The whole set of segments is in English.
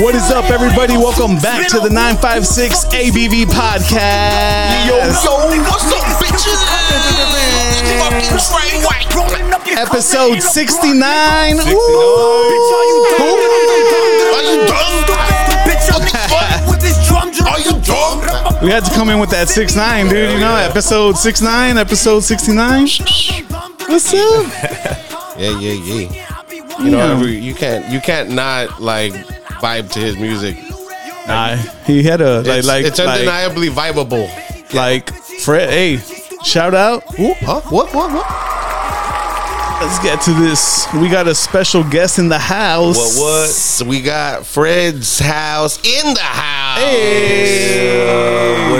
What is up, everybody? Welcome back to the 956 ABV podcast. what's up, bitches? Fucking Trey White. Episode 69. Ooh. Are you dumb? Are you dumb? We had to come in with that 69, dude. You know, episode 69, episode 69. What's up? Yeah, yeah, yeah. You know, every, you can't you can't not like vibe to his music. Nah, he had a like it's, like it's like, undeniably vibable. like Fred. Hey, shout out. Ooh, huh? What? What? What? Let's get to this. We got a special guest in the house. What? What? So we got Fred's house in the house. What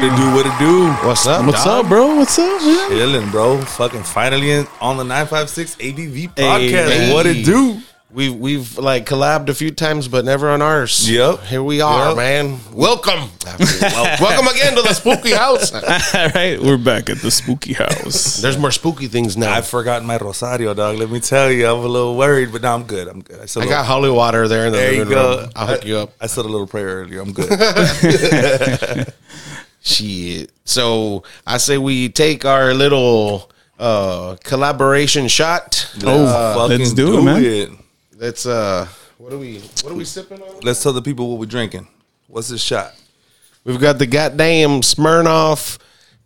it do? What it do? What's up? What's dog? up, bro? What's up? man? Chilling, bro. Fucking finally in, on the 956 ABV Hey. podcast. What it do? We've we've like collabed a few times, but never on ours. Yep. Here we are, Yep. man. Welcome. Well, welcome again to the spooky house. All right, we're back at the spooky house. There's more spooky things now. I've forgotten my Rosario, dog. Let me tell you, I'm a little worried, but now I'm good. I'm good. I, said a I little- got holy water there in the There you living go. room. I'll hook you up. I said a little prayer earlier. I'm good. Shit. So I say we take our little uh collaboration shot. oh, let's do it, man. Let's uh what are we what are we sipping on? Let's tell the people what we're drinking. What's this shot? We've got the goddamn Smirnoff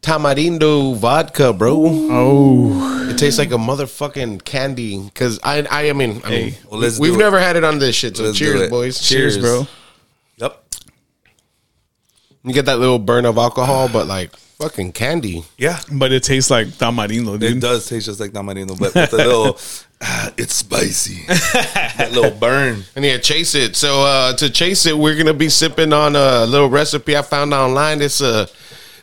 Tamarindo vodka, bro. Oh, It tastes like a motherfucking candy. Cause I I, I mean, I mean well, let's we've do it. never had it on this shit. So Let's do cheers, it. boys. cheers, bro. Yep. You get that little burn of alcohol, but like fucking candy. Yeah. But it tastes like tamarindo, It dude. does taste just like Tamarino, but with a little, ah, it's spicy. that little burn. And yeah, chase it. So uh, to chase it, we're gonna be sipping on a little recipe I found online. It's uh,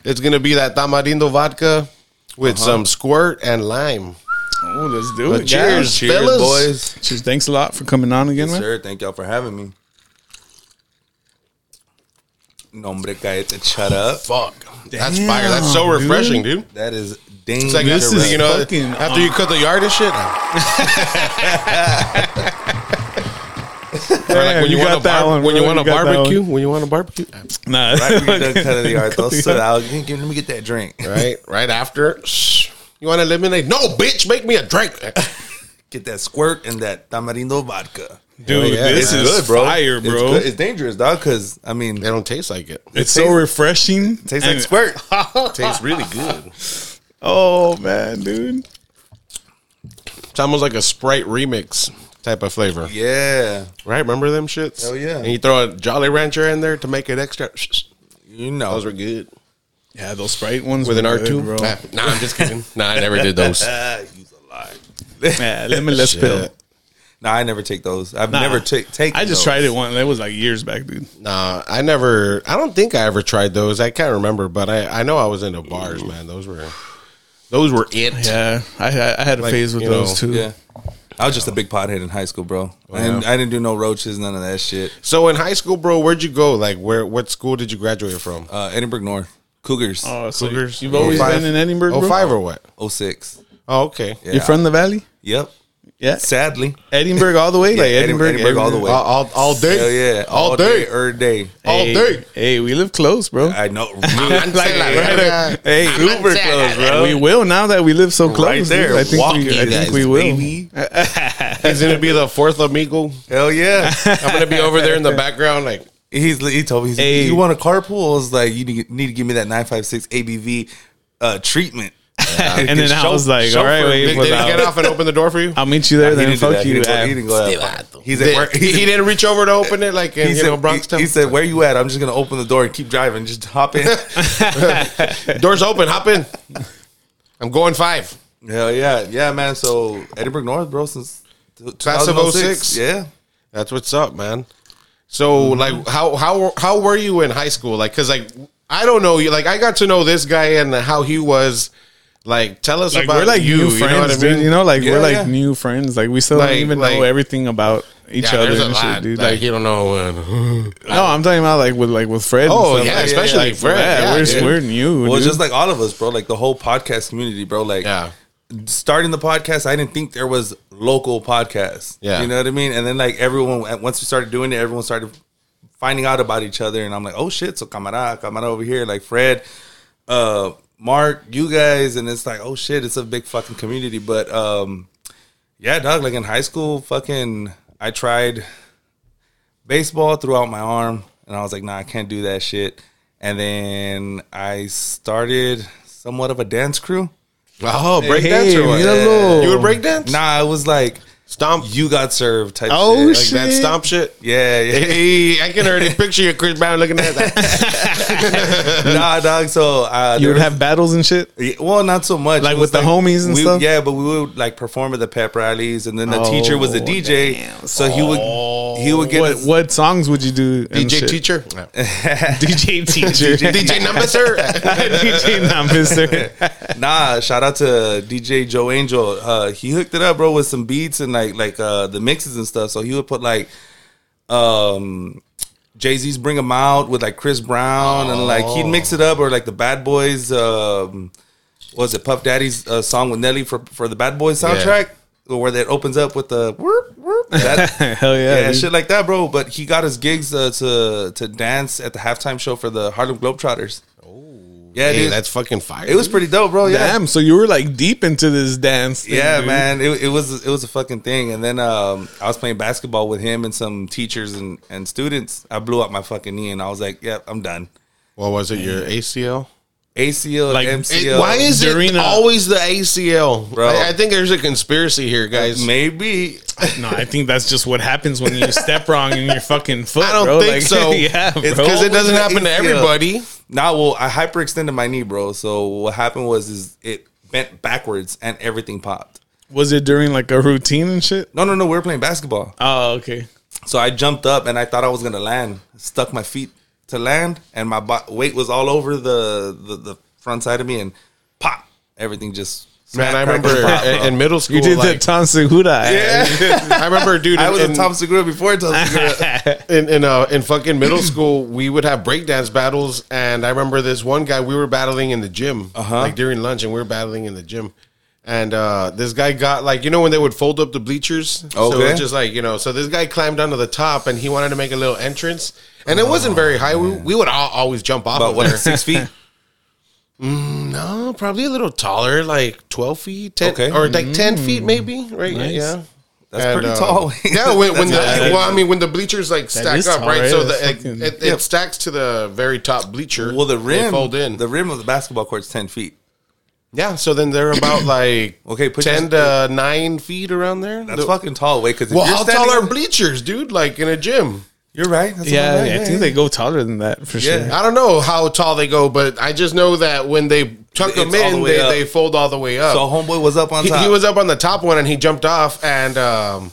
it's gonna be that tamarindo vodka with Uh-huh. some squirt and lime. Oh, let's do But it. cheers, guys. Cheers, fellas. boys. Cheers. Thanks a lot for coming on again, man. Sir, thank y'all for having me. Nombre cállate, shut up. Fuck, that's Damn, fire. That's so dude. refreshing, dude. That is dang. It's like This after, is you know fucking- after you cut the yard and shit. or like when you you, got want a that bar- one, when you bro. want a You got that barbecue, when you want a barbecue, Nah, right when you're done cutting the yard, they'll Cutting sit the- out. Give- give- Let me get that drink. right, right after. Shh. You want to eliminate? No, bitch, make me a drink. Get that squirt and that tamarindo vodka. dude. yeah, this it's is fire, It's bro. good. It's, It's, dangerous, dog. Because I mean, They don't taste like it. so tastes- refreshing. tastes like And- squirt. tastes really good. Oh man, dude. It's almost like a Sprite remix type of flavor, yeah, right? Remember them shits? Hell yeah. And you throw a Jolly Rancher in there to make it extra. you know. Those were good Yeah, those Sprite ones with an were R good, two. bro. Nah, nah, I'm just kidding. nah, I never did those. Ah, you's a lie. Yeah, limitless pill. No, I never take those. I've Nah. never ta- taken. I just those. tried it one. That was like years back, dude. Nah, I never. I don't think I ever tried those. I can't remember, but I I know I was into bars, man. Those were those were it. Yeah, I had, I had a phase with you know, those too. Oh, Yeah, I was just a big pothead in high school, bro. I, didn't, I didn't do no roaches, none of that shit. So in high school, bro, where'd you go? Like, where? What school did you graduate from? Uh, Edinburgh North Cougars, Oh, so Cougars. You've always Five- been in Edinburgh, Oh bro. five or what? 06. Oh, okay. You're from the valley. Yep. Yeah, Sadly, Edinburgh all the way. like Edinburgh, Edinburgh, Edinburgh all the way. All, all, all day. Hell yeah, All, day. every day. All Hey, day. Hey, we live close, bro. I know, I'm Like, saying, like, yeah. right there. Hey, super close, bro. We will now that we live so close. right there, dude. I think walking. we, I you think guys, we will. baby. He's gonna be the fourth amigo. Hell yeah. I'm gonna be over there in the background, like He's he told me he's, Hey. you want a carpool? I was like you need, need to give me that nine five six ABV uh, treatment. And then I was like, all right, wait, did, but did he get I'll, off and open the door for you? I'll meet you there. He Then didn't do fuck that. He you. didn't go- Ab. he didn't go that far. He's at Did- work. he, he didn't reach over to open it, like in He you know said, Bronx he, town. he said, "Where you at? I'm just gonna open the door and keep driving. Just hop in." "Doors open, hop in." I'm going five. Hell yeah, yeah, man. So Edinburgh North, bro, since t- Class of 2006. 06. Yeah, That's what's up, man. So like, how how how were you in high school? Like, cause like I don't know you. Like, I got to know this guy and how he was. Like, tell us Like, about we're like you. new you friends, know what I mean? dude. You know, like Yeah, we're like yeah. new friends. Like we still Like- don't even like- know everything about each yeah, other there's a and shit, lot. dude. Like, Like, you don't know. uh, no, I'm talking about like with like with Fred. and Oh, stuff yeah, like that. especially Like, Fred, yeah, we're dude. we're new. well, dude. it's just like all of us, bro. Like the whole podcast community, bro. Like, yeah. starting the podcast, I didn't think there was local podcasts. Yeah. you know what I mean. And then like everyone, once we started doing it, everyone started finding out about each other, and I'm like, oh shit, so Camara, Camara over here, like Fred, uh, Mark, you guys, and it's like, oh shit, it's a big fucking community. But um, yeah, dog, like in high school, fucking, I tried baseball throughout my arm, and I was like, nah, I can't do that shit. And then I started somewhat of a dance crew. Oh, break dance or what? mira lo. You would break dance? Nah, it was like Stomp. you got served type. Oh, shit. Like, like that shit. stomp shit? yeah, yeah. Hey, I can already picture you, Chris Brown, looking at that. nah, dog. So uh, You there would have battles and shit. Yeah, Well, not so much. Like It with was the homies and we- stuff? Yeah, but we would like perform at the pep rallies, and then the Oh, teacher was the DJ, damn. so he would he would get What his- what songs would you do? and DJ shit? teacher? DJ teacher, DJ number, sir? DJ not Mister. nah. Shout out to DJ Joe Angel. Uh, he hooked it up, bro, with some beats and like like uh, the mixes and stuff. So he would put like um Jay Z's "Bring 'Em Out" with like Chris Brown, and like he'd mix it up, or like the Bad Boys. Um, what was it Puff Daddy's uh, song with Nelly for for the Bad Boys soundtrack? Where that opens up with the whoop, whoop, that, Hell yeah, yeah, dude. shit like that, bro. But he got his gigs uh, to to dance at the halftime show for the Harlem Globetrotters. Oh, yeah, Hey, dude, that's fucking fire. it was pretty dope, bro. Yeah, Damn, so you were like deep into this dance. thing, yeah, dude. man. It, it was it was a fucking thing. And then um, I was playing basketball with him and some teachers and and students. I blew out my fucking knee, and I was like, "Yep, I'm done." What was it? Your ACL? ACL, Like, It- MCL. why is it Jarena. always the ACL? Bro. I, I think there's a conspiracy here, guys. maybe? No, I think that's just what happens when you step wrong in your fucking foot. I don't bro. think Like, so. yeah, bro. it's because it doesn't Always the happen to ACL. everybody. Nah, well, I hyperextended my knee, bro. So what happened was is it bent backwards and everything popped. was it during like a routine and shit? No, no, no. We were playing basketball. Oh, okay. So I jumped up and I thought I was gonna land. Stuck my feet to land, and my bo- weight was all over the, the the front side of me, and pop, everything just. Man, I smack, crack, remember and pop, in, bro. in middle school. You did like, that Tom Segura. I remember, dude. I was in, a Tom Segura before Tom Segura. in in, uh, in fucking middle school, we would have breakdance battles, and I remember this one guy we were battling in the gym, Uh-huh. like during lunch, and we were battling in the gym, and uh, this guy got like you know when they would fold up the bleachers, so it Okay. was just like you know, so this guy climbed onto the top, and he wanted to make a little entrance, and it wasn't very high. We, we would all, always jump off About of what there. six feet? No, probably a little taller, like twelve feet, 10, Okay. Mm. or like ten feet, maybe. Right? Nice. Yeah. That's And, pretty uh, tall. yeah, when, when the That's well, I mean, when the bleachers like stack is up, tall, right? right? So That's the, it, fucking- it, it Yeah. stacks to the very top bleacher. well, the They rim, fold in. the rim of the basketball court's ten feet. yeah, so then they're about like Okay, put ten your- to nine feet around there. That's The- fucking tall, wait. Because well, how tall are bleachers, dude? Like in a gym, You're right. That's what Yeah, I'm right, I think they go taller than that for Yeah. sure. I don't know how tall they go, but I just know that when they tuck It's them all the in, way they, up. they fold all the way up. So homeboy was up on he, top. he was up on the top one and he jumped off and um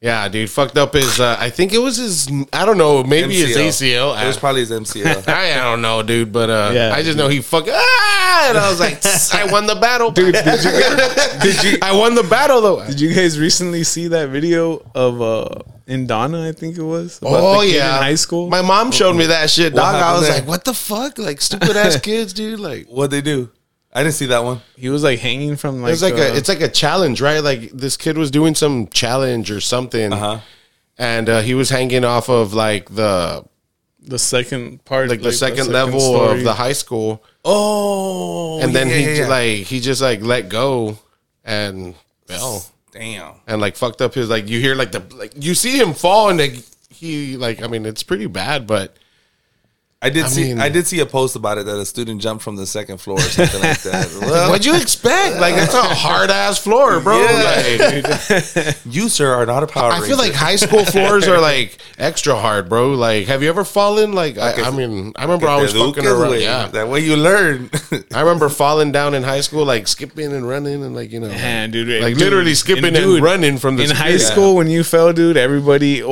yeah dude fucked up his uh, i think it was his i don't know maybe his acl It was I- probably his MCL. I, I don't know dude but uh Yeah, i just know he fucked ah! and i was like "Tss, i won the battle dude did you, i won the battle though Did you guys recently see that video of uh Indana? I think it was. about Oh the kid yeah, in high school. My mom showed me that shit, dog. I happened was there? like, "What the fuck? Like stupid ass kids, dude. Like What'd they do? I didn't see that one. he was like hanging from like. it's like uh, a it's like a challenge, right? Like this kid was doing some challenge or something, Uh-huh. and uh, he was hanging off of like the the second part, like the second, level story. of the high school, Oh, and then yeah, he yeah, j- yeah. like he just like let go and fell damn. and like fucked up his like you hear like the like you see him fall and like he like I mean it's pretty bad, but I did see mean- I did see a post about it that a student jumped from the second floor or something like that. Well, what'd you expect? Like it's a hard ass floor, bro. Yeah. Like, you sir are not a power. I feel Ranger. like high school floors are like extra hard, bro. Like, have you ever fallen? Like, I, I mean, I remember always That fucking Lucas around. way. Yeah, That way you learn. I remember falling down in high school, like skipping and running, and like you know, Man, dude, like dude, literally skipping and, dude, running from the in high security. school when you fell, dude. Everybody,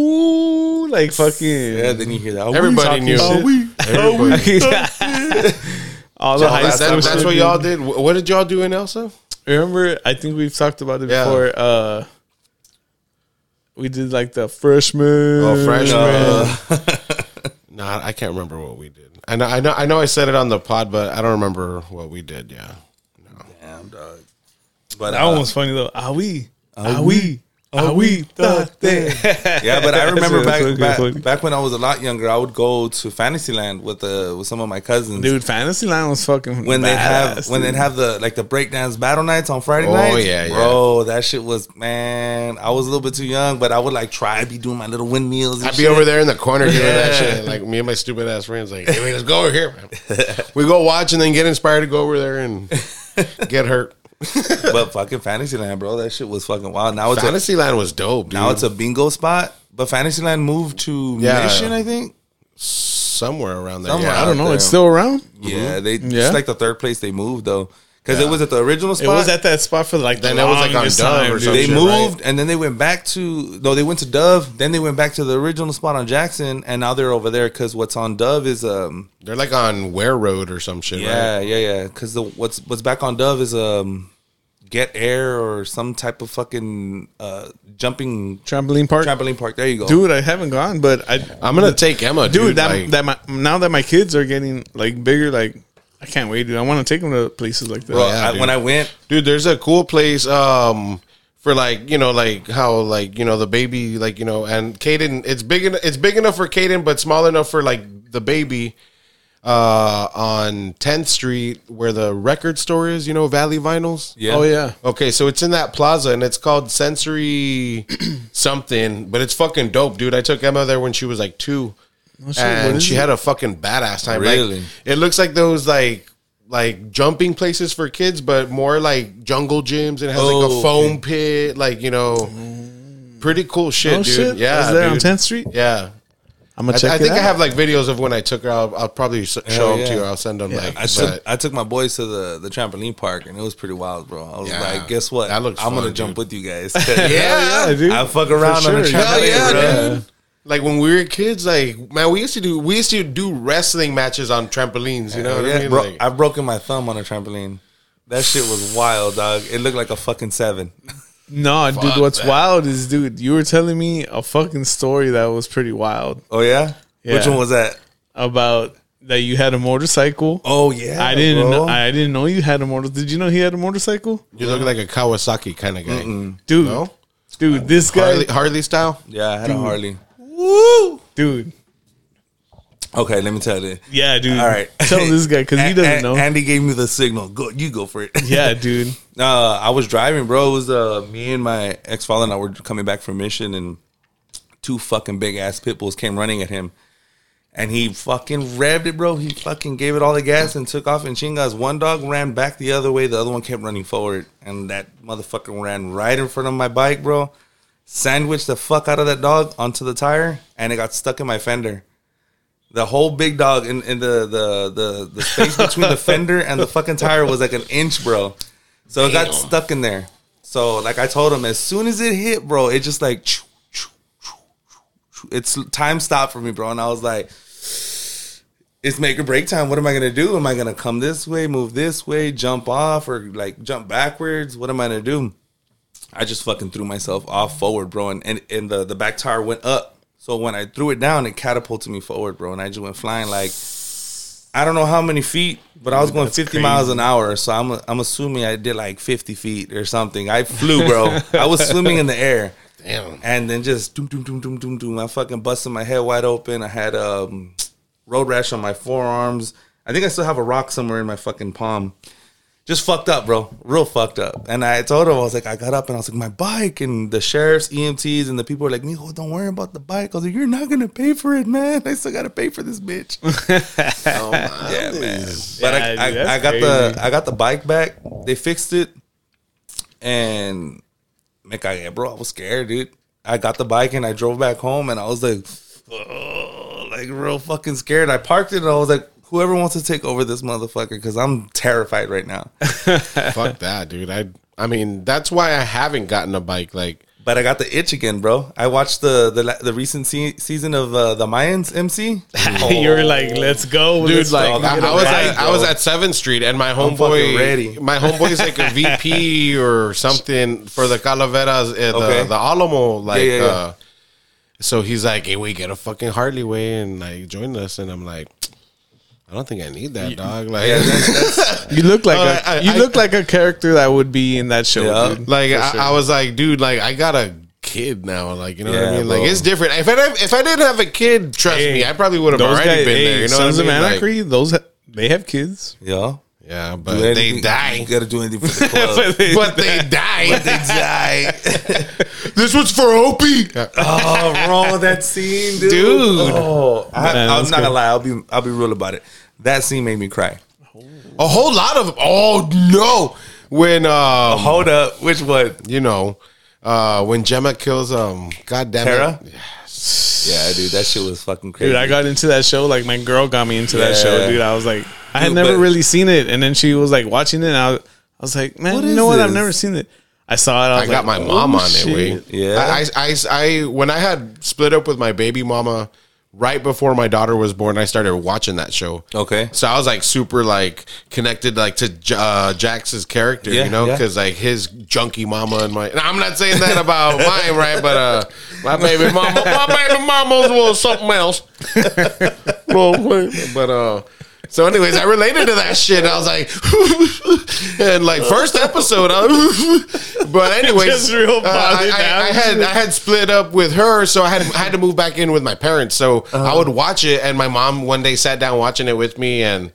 oh, like fucking. yeah, then you hear that. Everybody knew. Talking Everybody. All the high That- school. that's shit, what dude. y'all did. Wh- What did y'all do in Elsa? Remember, I think we've talked about it Yeah. before. Uh, we did like the freshman. Oh, freshman. Uh, Nah, I can't remember what we did. I know, I know, I know. I said it on the pod, but I don't remember what we did. Yeah. Damn, dog. But uh, That one was funny though. Are we? Are we? Are we thought that? Yeah, but I remember That's back, okay, funny. back back when I was a lot younger, I would go to Fantasyland with uh, with some of my cousins. Dude, Fantasyland was fucking when they have badass, when they dude. have the like the breakdance battle nights on Friday Oh, nights. yeah, yeah. bro, that shit was man. I was a little bit too young, but I would like try be doing my little windmills. And I'd be shit. over there in the corner doing that Yeah. shit. Like me and my stupid ass friends, like, hey, man, let's go over here. man." we go watch and then get inspired to go over there and get hurt. but fucking Fantasyland, bro, that shit was fucking wild. Now it's a, Fantasyland was dope, dude. now it's a bingo spot, but Fantasyland moved to Yeah. Mission, I think. somewhere around there. Somewhere. Yeah, I don't know. out It's there. still around. Mm-hmm. Yeah, they it's Yeah. like the third place they moved though, because it was at the original spot. It was at that spot for like the Then that was, like, on longest Dove time, or dude. some they shit, moved and then they went back to no they went to dove then they went back to the original spot on jackson and now they're over there because what's on dove is um They're like on Ware Road or some shit, right? yeah yeah yeah because the what's what's back on dove is um get air or some type of fucking uh jumping Trampoline park. trampoline park there you go Dude, I haven't gone, but I I'm gonna take Emma, dude. dude, that like, that my now that my kids are getting like bigger, like I can't wait, dude. I want to take them to places like that. Bro, yeah, Uh, I- dude. when i went dude. There's a cool place um for like you know like how like you know the baby like you know and Caden. It's big. En- it's big enough for Caden, but small enough for like the baby. Uh, on 10th Street where the record store is, you know, Valley Vinyls. yeah Oh yeah, Okay, so it's in that plaza and it's called Sensory something, but it's fucking dope, dude. I took Emma there when she was like two, Oh, shit, what and is she it? had a fucking badass time. Like, Really? it looks like those like like jumping places for kids, but more like jungle gyms. It has like Oh, a foam pit, like you know, pretty cool shit, oh dude. shit, Yeah, is there on dude. 10th Street? Yeah, I'm gonna I, check. I it think I out. have like videos of when I took her. I'll, I'll probably s- show them yeah. to you. I'll send them. Like, I took, I took my boys to the, the trampoline park and it was pretty wild, bro. I was Yeah. like, guess what? That looks I'm gonna fun, jump with you guys. yeah, yeah, dude. I fuck around on the sure. Hell trampoline. yeah, bro. dude. Like when we were kids, like man, we used to do we used to do wrestling matches on trampolines. You know what I Yeah, mean? bro, Like, I've broken my thumb on a trampoline. That shit was wild, dog. It looked like a fucking seven. No, dude. What's wild is, dude, you were telling me a fucking story that was pretty wild Oh yeah? Which Yeah. one was that? about that you had a motorcycle. Oh yeah, I didn't. bro. Know, I didn't know you had a motor. Did you know he had a motorcycle, you look like a Kawasaki kind of guy, dude? No? Dude, this guy, Harley, Harley style. yeah, I had a Harley. dude. Okay, let me tell you. Yeah, dude. All right, tell this guy because he A- doesn't a- know. Andy gave me the signal. Go, you go for it. yeah, dude. uh, I was driving, bro. It was uh, me and my ex father and I were coming back from mission, and two fucking big ass pit bulls came running at him, and he fucking revved it, bro. He fucking gave it all the gas and took off. And Chingas, one dog ran back the other way, the other one kept running forward, and that motherfucker ran right in front of my bike, bro. Sandwiched the fuck out of that dog onto the tire, and it got stuck in my fender. The whole big dog in, in the, the the the space between the fender and the fucking tire was like an inch, bro. So it got stuck in there. So like I told him, as soon as it hit, bro, it just like choo, choo, choo, choo, choo. it's time stopped for me, bro. And I was like, it's make or break time. What am I gonna do? Am I gonna come this way, move this way, jump off, or like jump backwards? What am I gonna do? I just fucking threw myself off forward, bro, and and, and the, the back tire went up. So when I threw it down, it catapulted me forward, bro, and I just went flying like I don't know how many feet, but I was going 50 miles an hour. So I'm I'm assuming I did like 50 feet or something. I flew, bro. I was swimming in the air, Damn. and then just doom doom doom doom doom doom. I fucking busted my head wide open. I had um road rash on my forearms. I think I still have a rock somewhere in my fucking palm. Just fucked up, bro. Real fucked up. And I told him, I was like, I got up and I was like, my bike. And the sheriff's, EMTs, and the people were like, Mijo, don't worry about the bike. I was like, you're not going to pay for it, man. I still got to pay for this bitch. yeah, man. But I, Yeah, I, dude, that's I got the crazy. I got the bike back. They fixed it. And me cagué, bro. I was scared, dude. I got the bike and I drove back home and I was like, oh, like real fucking scared. I parked it and I was like, whoever wants to take over this motherfucker, because I'm terrified right now. Fuck that, dude. I I mean that's why I haven't gotten a bike. Like But I got the itch again, bro. I watched the the, la- the recent se- season of uh, the Mayans MC. you were like, "Let's go, Oh. dude, let's like fucking I, get a I was ride, at, I bro." was at Seventh Street and my fucking homeboy ready. my homeboy's like a VP or something for the Calaveras, uh, the Okay. the Alamo, like. yeah, yeah. Uh, so he's like, "Hey, we get a fucking Harley way and like join us," and I'm like. I don't think I need that, dog. Like, Yeah, that- that's- You look like Oh, a, I- I- you I- look like a character that would be in that show. Yeah. Dude. Like I, I was like, dude, like I got a kid now. Like you know what Yeah, I mean? Like bro. it's different. If I didn't- if I didn't have a kid, trust Hey, me, I probably would have Those already guys, been hey, there. You know Sons what I mean? of Like, Anarchy, those ha- they have kids. Yeah. yeah, but Do they anything- You die. gotta do anything for the club. But they die. die. this one's for Opie. oh, bro, that scene, dude. Dude. Oh, I, Man, I'm that's not gonna good. lie. I'll be I'll be real about it. That scene made me cry. A whole lot of oh no. When um, Hold up, which one? you know, uh, when Gemma kills um, goddamn Tara? it, Yeah, dude, that shit was fucking crazy. Dude, I got into that show. Like my girl got me into that Yeah. show, dude. I was like, I had Dude, never but- really seen it, and then she was like watching it. and I, was- I was like, man, What you is know what? I've this? never seen it. I saw it. I, I was got my like, mom oh, on it. shit. Wait, Yeah. I, I, I, I, when I had split up with my baby mama right before my daughter was born, I started watching that show. Okay. so I was like super like connected like to J- uh, Jax's character, Yeah, you know, yeah. because like his junky mama and my. and I'm not saying that about mine, right? But uh, my baby mama, my baby mama's was something else. but uh. So, anyways, I related to that shit. I was like, and like first episode, I, but anyways, Just real uh, I, bothered I- I down. had I had split up with her, so I had I had to move back in with my parents. So Uh-huh. I would watch it, and my mom one day sat down watching it with me, and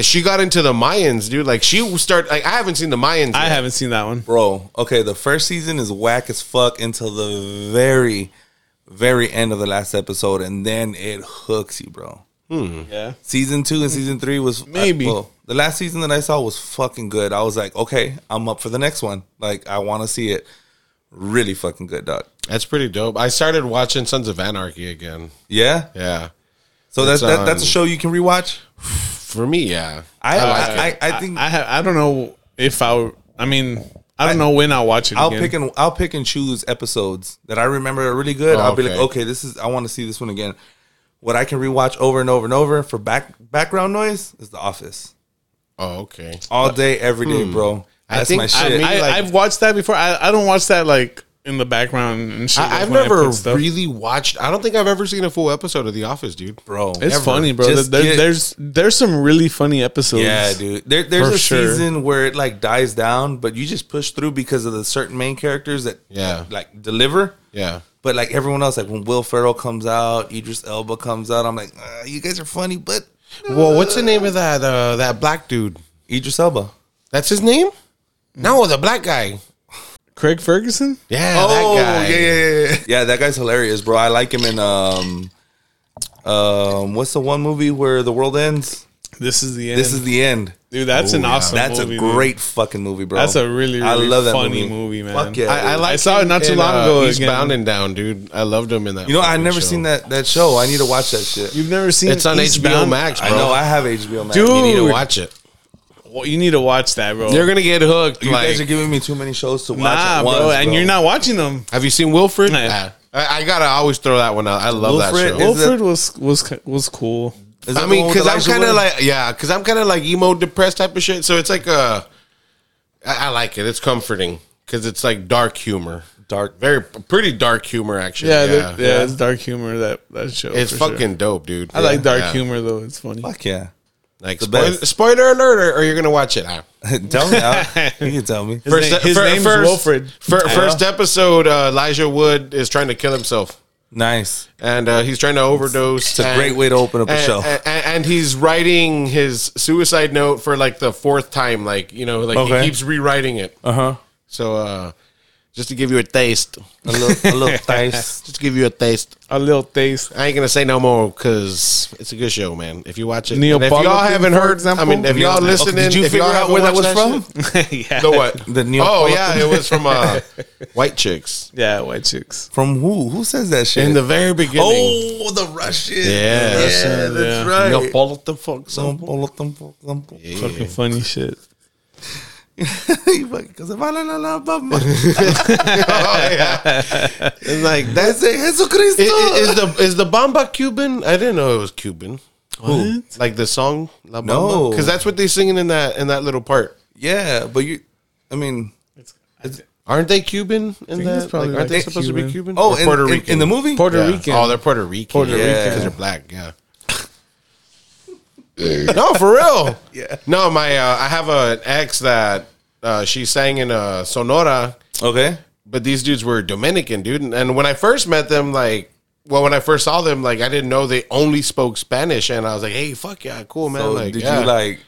she got into the Mayans, dude. Like she start like I haven't seen the Mayans. I yet. haven't seen that one. Bro, okay, the first season is whack as fuck until the very, very end of the last episode, and then it hooks you, bro. Yeah, Season two and season three was Maybe. well, the last season that I saw was fucking good. I was like, okay, I'm up for the next one. Like, I want to see it. Really fucking good, dog. That's pretty dope. I started watching Sons of Anarchy again. Yeah. Yeah, So that's It's that, that's a on- show you can rewatch. for me, yeah. I I, like I, it. I, think I have. I don't know if I. I mean, I don't know when I'll watch it. I'll again. pick and I'll pick and choose episodes that I remember are really good. Oh, I'll be like, okay. okay, this is I want to see this one again. What I can rewatch over and over and over for back background noise is The Office. oh, okay. All day, every day, bro. I That's think my Uh, hmm. I, shit. I, I've watched that before. I, I don't watch that like in the background and shit. I, like, I've when I never put stuff. really watched. I don't think I've ever seen a full episode of The Office, dude. bro. It's ever. funny, bro. Just There- get- there's there's some really funny episodes. Yeah, dude. There, there's For a sure. season where it like dies down, but you just push through because of the certain main characters that Yeah. like deliver. Yeah. But like everyone else, like when Will Ferrell comes out, Idris Elba comes out, I'm like, uh, you guys are funny, but Well, what's the name of that uh, that black dude? Idris Elba. That's his name? No, the black guy. Craig Ferguson. Yeah, Oh, that guy. yeah, yeah, yeah. Yeah, that guy's hilarious, bro. I like him in um um what's the one movie where the world ends? This is the end. This is the end. dude. That's an awesome. That's movie, a dude. great fucking movie, bro. That's a really, really funny movie, man. Fuck yeah. I, I dude. like. I saw it him not too in, long ago He's again. bound and down, dude. I loved him in that. You know, I've fucking never show. seen that that show. I need to watch that shit. You've never seen It's on HBO Eastbound? Max, bro. I know I have HBO Max. Dude, you need to watch it. Well, you need to watch that, bro. You're gonna get hooked. you like, guys are giving me too many shows to watch. nah, at bro, once, and you're not watching them. have you seen Wilfred? Nah. Nah. I, I gotta always throw that one out. I love Wilfred that show. is- Wilfred was was was cool. Is that I the mean, one with because I'm Elijah kind of Wood? like, yeah, because I'm kind of like emo, depressed type of shit. So it's like uh I I like it. It's comforting because it's like dark humor, dark. very pretty dark humor actually. Yeah, Yeah, the- yeah, it's dark humor that that show. it's for sure. fucking dope, dude. I like dark Yeah. humor though. It's funny. Fuck yeah. Like The spoil- best. spoiler alert, or, or you're gonna watch it. Ah. tell me. I- you can tell me. His name- his fir- name's Wilfred. fir- first episode, uh, Elijah Wood is trying to kill himself, Nice. and uh, he's trying to overdose. It's a great way to open up a show. And, and he's writing his suicide note for like the fourth time. Like you know, like Okay. he keeps rewriting it. Uh huh. So uh, Uh-huh. just to give you a taste, A little, a little taste. just to give you a taste. A little taste. I ain't gonna say no more because it's a good show, man. If you watch it, Neil and if y'all Bogart, haven't for heard, example? I mean, if y'all Okay, listening, did you if y'all figure out haven't where that was watched from? shit- yeah, The what? The Neil Oh Bogart- yeah, it was from uh, White Chicks yeah, white chicks. From who? Who says that shit? in the very beginning. oh, the Russian. Yeah. yeah, Russian, yeah. that's right. Neapolitan fuck Some polo, some polo, some polo. Fucking funny shit. You fucking- 'cause if I don't know about my- Oh, yeah. It's like that. That's it. Jesus Christ. i- i- Is, the is the bomba Cuban? I didn't know it was Cuban. Like the song La Bamba, No. because that's what they're singing in that in that little part. Yeah, but you. I mean, Aren't they Cuban? In think it's that, probably like, aren't they like supposed to Cuban. be Cuban? oh, Or in, in- in the movie, Puerto Yeah. Rican. Oh, they're Puerto Rican. Puerto yeah. Rican. because they're black. Yeah. no, for real. Yeah. No, my uh, I have a, an ex that uh, she sang in uh, Sonora, okay. but these dudes were Dominican, dude. And, and when I first met them, like, well, when I first saw them, like, I didn't know they only spoke Spanish, and I was like, hey, fuck yeah, cool man. So like, did yeah. you like?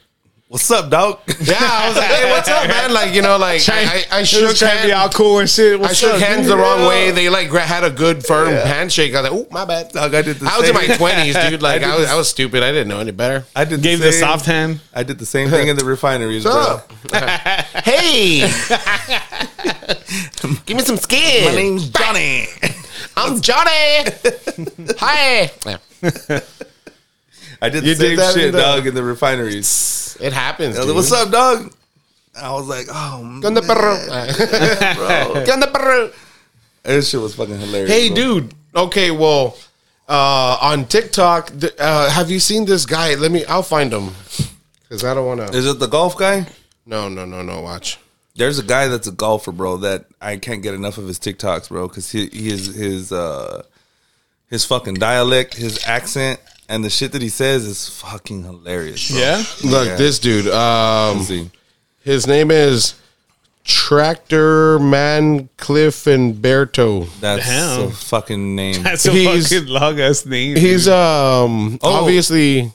What's up, dog? Yeah, I was like, hey, what's up, man? Like, you know, like I, I, I shook trying to be hands. all cool and shit. I What's shook up, hands dude? the wrong Yeah. way. They like gra- had a good firm handshake. I was like, oh my bad. Dog, I did the I was in same. my twenties, dude. Like I I, did was, the- I was stupid. I didn't know any better. I did Gave the the same, soft hand. I did the same thing in the refineries, bro. hey, give me some skin. name's Johnny. I'm Johnny. Hi. Yeah, I did the You did same that in shit, the- dog, in the refineries. It happens. I was dude. like, What's up, dog? I was like, oh, ¿Qué man, onda, perro? ¿Qué onda, perro? this shit was fucking hilarious. Hey, bro. dude. Okay, well, uh, on TikTok, th- uh, have you seen this guy? Let me. I'll find him because I don't want to. is it the golf guy? No, no, no, no. Watch. There's a guy that's a golfer, bro. That I can't get enough of his TikToks, bro, because he, he is his uh his fucking dialect, his accent, and the shit that he says is fucking hilarious. Bro. Yeah. Look, Yeah. this dude. Um, Let's see. his name is Tractor Man Cliff and Berto. that's Damn. a fucking name. That's a He's- fucking long ass name. He's um Oh. obviously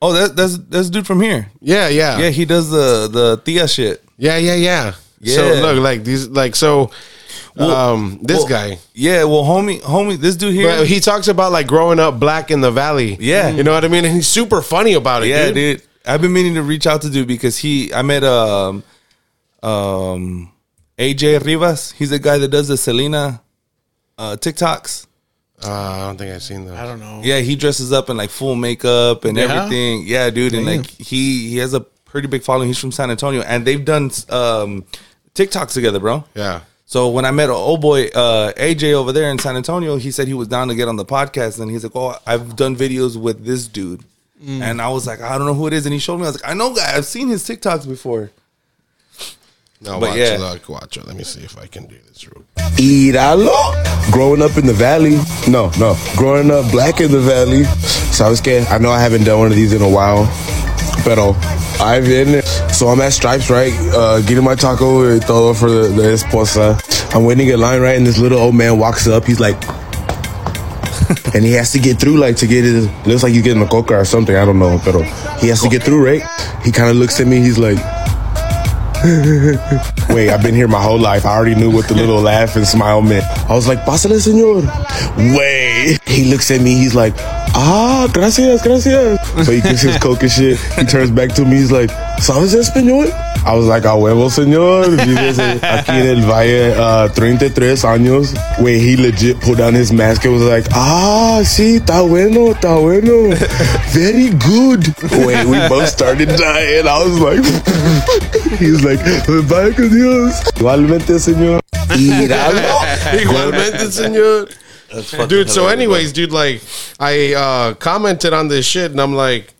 Oh, that, that's that's dude from here. yeah yeah Yeah, he does the the Thea shit. yeah yeah yeah. So Yeah. look like these like so um this Well, guy. Yeah, well, homie, homie, this dude here. But he talks about like growing up black in the valley. Yeah. You know what I mean? And he's super funny about it. yeah, dude. dude. I've been meaning to reach out to dude because he. I met um, um, AJ Rivas. He's the guy that does the Selena, uh, TikToks. Uh, I don't think I've seen those. I don't know. Yeah, he dresses up in like full makeup and Yeah? everything. Yeah, dude, and like he he has a pretty big following. He's from San Antonio, and they've done um TikToks together, bro. Yeah. So when I met an old boy uh, AJ over there in San Antonio, he said he was down to get on the podcast, and he's like, "Oh, I've done videos with this dude," Mm. and I was like, "I don't know who it is," and he showed me. I was like, "I know, guy. I've seen his TikToks before." No, But watch yeah. it. Look, watch it. Let me see if I can do this real Iralo. Growing up in the valley. No, no. Growing up black in the valley. ¿Sabes qué? I know I haven't done one of these in a while, pero I've been. So I'm at Stripes, right? Uh, getting my taco y todo for the, the esposa. I'm waiting in line, right? And this little old man walks up. He's like, and he has to get through like to get his looks like you getting a coca or something i don't know but oh, he has to get through right he kind of looks at me he's like wait i've been here my whole life i already knew what the little laugh and smile meant i was like pasale señor wait he looks at me he's like ah gracias gracias so he gets his coke and shit he turns back to me he's like sabes español I was like, a huevo, señor. Vives aquí en el valle uh, 33 años. Wait, he legit pulled down his mask and was like, ah, sí, está bueno, está bueno. Very good. Wait, we both started dying. I was like, he's like, vaya con Dios. Igualmente, señor. Iralo. quick. Igualmente, señor. That's fucking dude so hilarious, bro. anyways dude like i uh commented on this shit and i'm like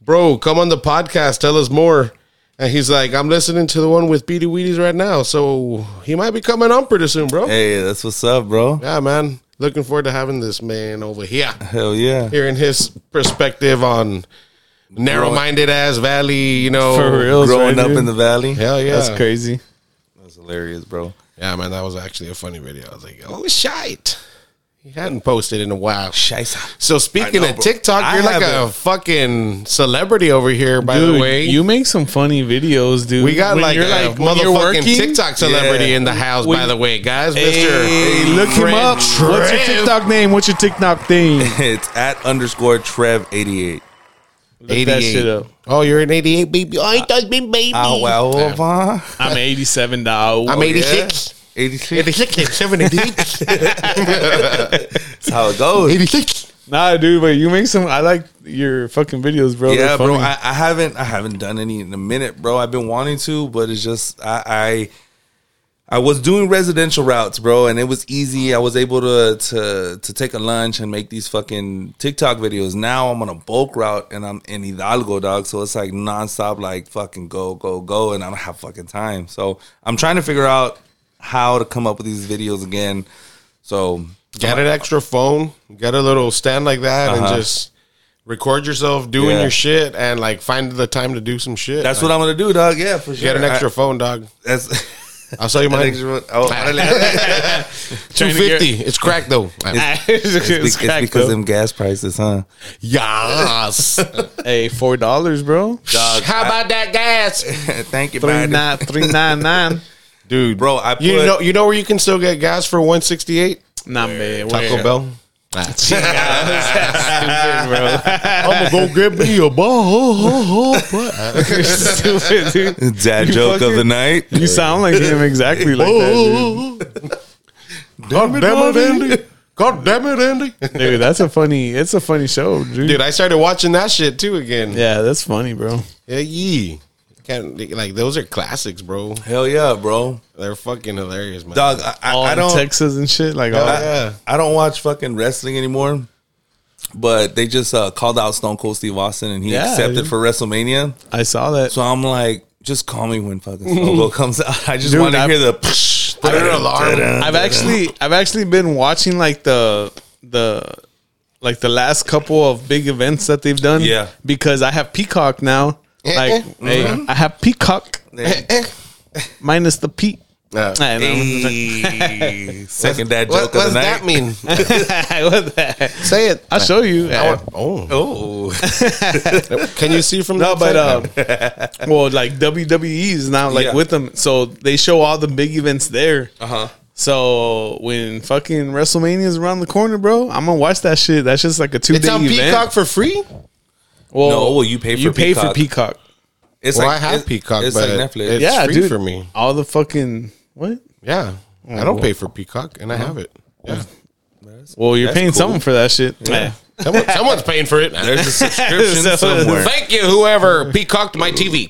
bro come on the podcast tell us more and he's like i'm listening to the one with beady weedies right now so he might be coming on pretty soon bro hey, that's what's up, bro. yeah man looking forward to having this man over here Hell yeah, hearing his perspective on narrow-minded ass valley you know For real. growing right, up dude. in the valley. hell yeah That's crazy. That's hilarious, bro. yeah man that was actually a funny video i was like oh shite he hadn't posted in a while So speaking I know, of bro. TikTok, I you're like a haven't. fucking celebrity over here. By Dude, the way, you make some funny videos, dude. we got When like a you're, when you're motherfucking working- TikTok celebrity Yeah. in the house. When- by the way, guys, Mister, Hey, look him up. What's your TikTok name? What's your TikTok name? it's at underscore Trev eighty eight. Look that shit up. Oh, you're an 88 baby. Oh, it does me, baby. Ow, ow, ow, I'm 87 now. Oh, I'm 86. eighty six. 86, 78, That's how it goes. 86. Nah, dude, but you make some. I like your fucking videos, bro. yeah, They're bro. funny. I, I haven't I haven't done any in a minute, bro. I've been wanting to, but it's just I I, I was doing residential routes, bro, and it was easy. I was able to to to take a lunch and make these fucking TikTok videos. Now I'm on a bulk route and I'm in Hidalgo, dog. So it's like nonstop, like fucking go go go, and I don't have fucking time. So I'm trying to figure out how to come up with these videos again. So Get an extra phone. Get a little stand like that and just record yourself doing Yeah. your shit and like find the time to do some shit. that's Like, what I'm gonna do, dog. Yeah, for sure. Get an I- extra phone, dog. that's I'll sell you That mine. nigga's real- oh, órale. Two fifty. It's crack though. It's, be- it's because them gas prices, huh? Yas. Hey, four dollars, bro. How about that gas, Thank you, Three Biden. nine three nine nine. dude? Bro, I put you know you know where you can still get gas for one sixty eight. Nah, man. Taco where? Bell. I'm gonna go get me a ball. You're stupid, dude. dad You joke of the fucking- night. You sound like him exactly like that, God damn it, Andy. God damn it, Andy. dude. Dude, that's a funny. It's a funny show, dude. Dude, I started watching that shit too again. Yeah, that's funny, bro. Yeah, yee. Can't, like those are classics, bro. Hell yeah, bro. They're fucking hilarious, man. Dog, I, I, All I in don't. Texas and shit. Like, all I, that. yeah. I don't watch fucking wrestling anymore. But they just uh, called out Stone Cold Steve Austin, and he Yeah, accepted dude. for WrestleMania. I saw that. So I'm like, just call me when fucking Stone Cold comes out. I just Dude, want to I've- hear the. Psh, Put an alarm. I've actually I've actually been watching like the the like the last couple of big events that they've done. Yeah. Because I have Peacock now. Like hey, I have Peacock eh, minus the P. Yeah. I know. Hey, Second dad What, joke what of does the that night. mean? What the heck? Say it. I'll show you. Oh, Oh, can you see from No, the but outside? um, well, like WWE is now like Yeah. with them, so they show all the big events there. uh huh. So when fucking WrestleMania is around the corner, bro, I'm gonna watch that shit. That's just like a two day it's on event. Peacock for free. Well, No, well, you pay for you pay for Peacock. Peacock. It's Well, I have it- Peacock, It's but like Netflix. it's- yeah, free dude. for me. All the fucking what? Yeah, I don't pay for Peacock, and I have it. Yeah, Well, you're That's paying cool. something for that shit. Eh. Someone, someone's paying for it. There's a subscription So- somewhere. Thank you, whoever peacocked my TV.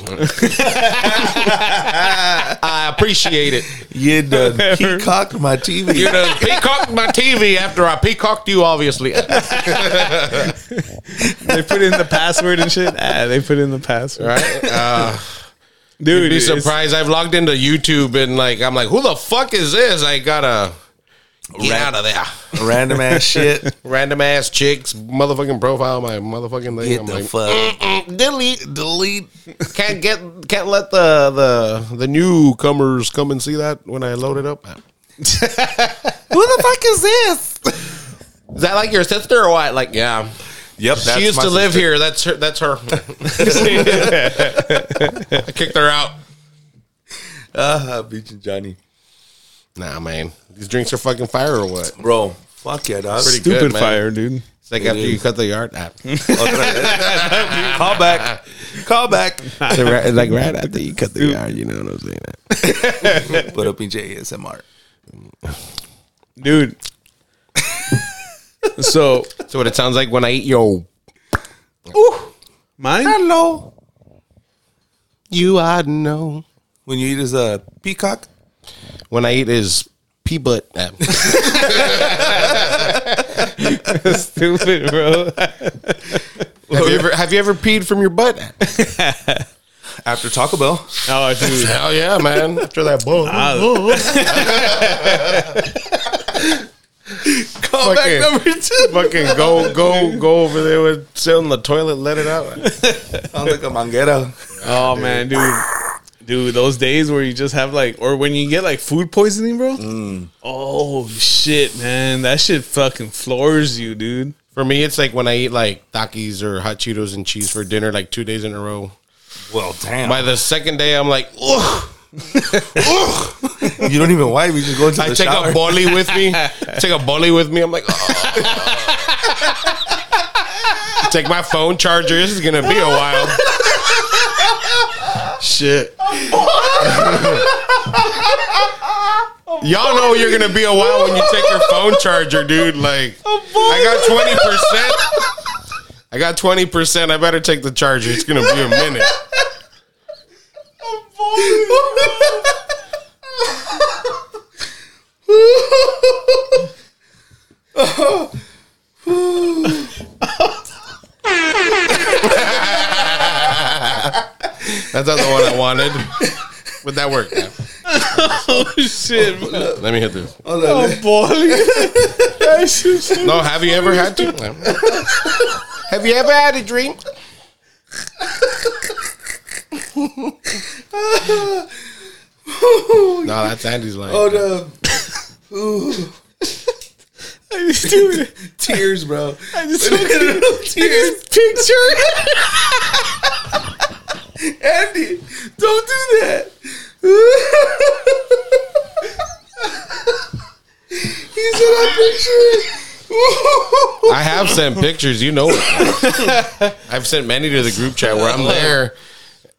I appreciate it. You done peacocked my TV. You done peacocked my TV after I peacocked you, obviously. they put in the password and shit. Ah, they put in the password, Right? Uh, dude. be it's- surprised. I've logged into YouTube and like I'm like, who the fuck is this? I gotta get out of there. Random ass shit. Random ass chicks, motherfucking profile, my motherfucking thing. Get I'm the like, fuck. Mm, delete, delete. Can't get, can't let the the the newcomers come and see that when I load it up. Who the fuck is this? Is that like your sister or what? Like, yeah, Yep, that's she used my to live sister. here. That's her. That's her. I kicked her out. Uh, beaching Johnny, Nah, man, these drinks are fucking fire or what? bro. Fuck yeah, dog. Pretty stupid good, man. fire, dude. It's like after is. you cut the yard. Ah. Call back. Call back. It's like right- it's like right after you cut the yard, you know what I'm saying? Put up in JSMR. Dude. so That's what it sounds like when I eat your. mine, Hello. You I know. When you eat as a peacock, When I eat is pea butt. Ah. stupid, bro. Have you ever have you ever peed from your butt? after Taco Bell, Oh, dude. Hell yeah, man! After that bull, call Fucking- two. fucking go go go over there with sit on the toilet, let it out. Sounds like a manguera. Oh man, dude. Dude, those days where you just have like, or when you get like food poisoning, bro. Oh shit, man, that shit fucking floors you, dude. For me, it's like when I eat like Takis or hot Cheetos and cheese for dinner, like two days in a row. Well, damn. By the second day, I'm like, ugh. you don't even wipe. You just go into I the take shower. a bully with me. take a bully with me. I'm like, oh. take my phone charger. This is gonna be a while. Shit. Y'all know you're gonna be a while when you take your phone charger, dude. Like, I got twenty percent. I got twenty percent. I better take the charger. It's gonna be a minute. That's not the one I wanted. Would that work? Oh, Shit, bro. Oh, Let me hit this. I'm boiling. That shit's so- No, have you ever had to? have you ever had a dream? No, that's Andy's line. Oh, Hold up. Ooh, I just do it. tears, bro. I just fucking picture. Andy, don't do that. he said, I picture it. I have sent pictures. You know it. I've sent many to the group chat where Uh-huh. I'm there.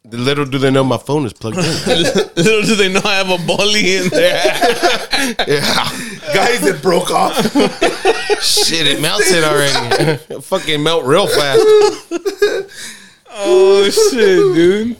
Little do they know my phone is plugged in. Little do they know I have a bully in there. yeah. Guys, it broke off. Shit, it melted already. It fucking melt real fast. Oh shit, dude.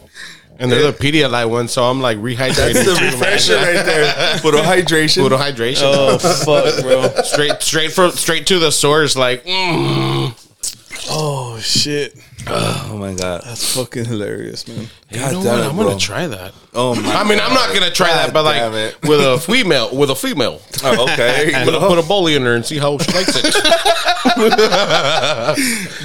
And they're the Pedialyte one, so I'm like rehydrating. It's the refresher right there. Photo hydration. Photo hydration. Oh fuck, bro. Straight, straight from, straight to the source. Like, mm. Oh shit. Oh my god. That's fucking hilarious, man. God you know damn what? it, I'm gonna bro. try that. Oh my. I mean, I'm not gonna try that, but God damn like it. with a female, with a female, Oh, okay. I'm gonna put a bully in her and see how she likes it.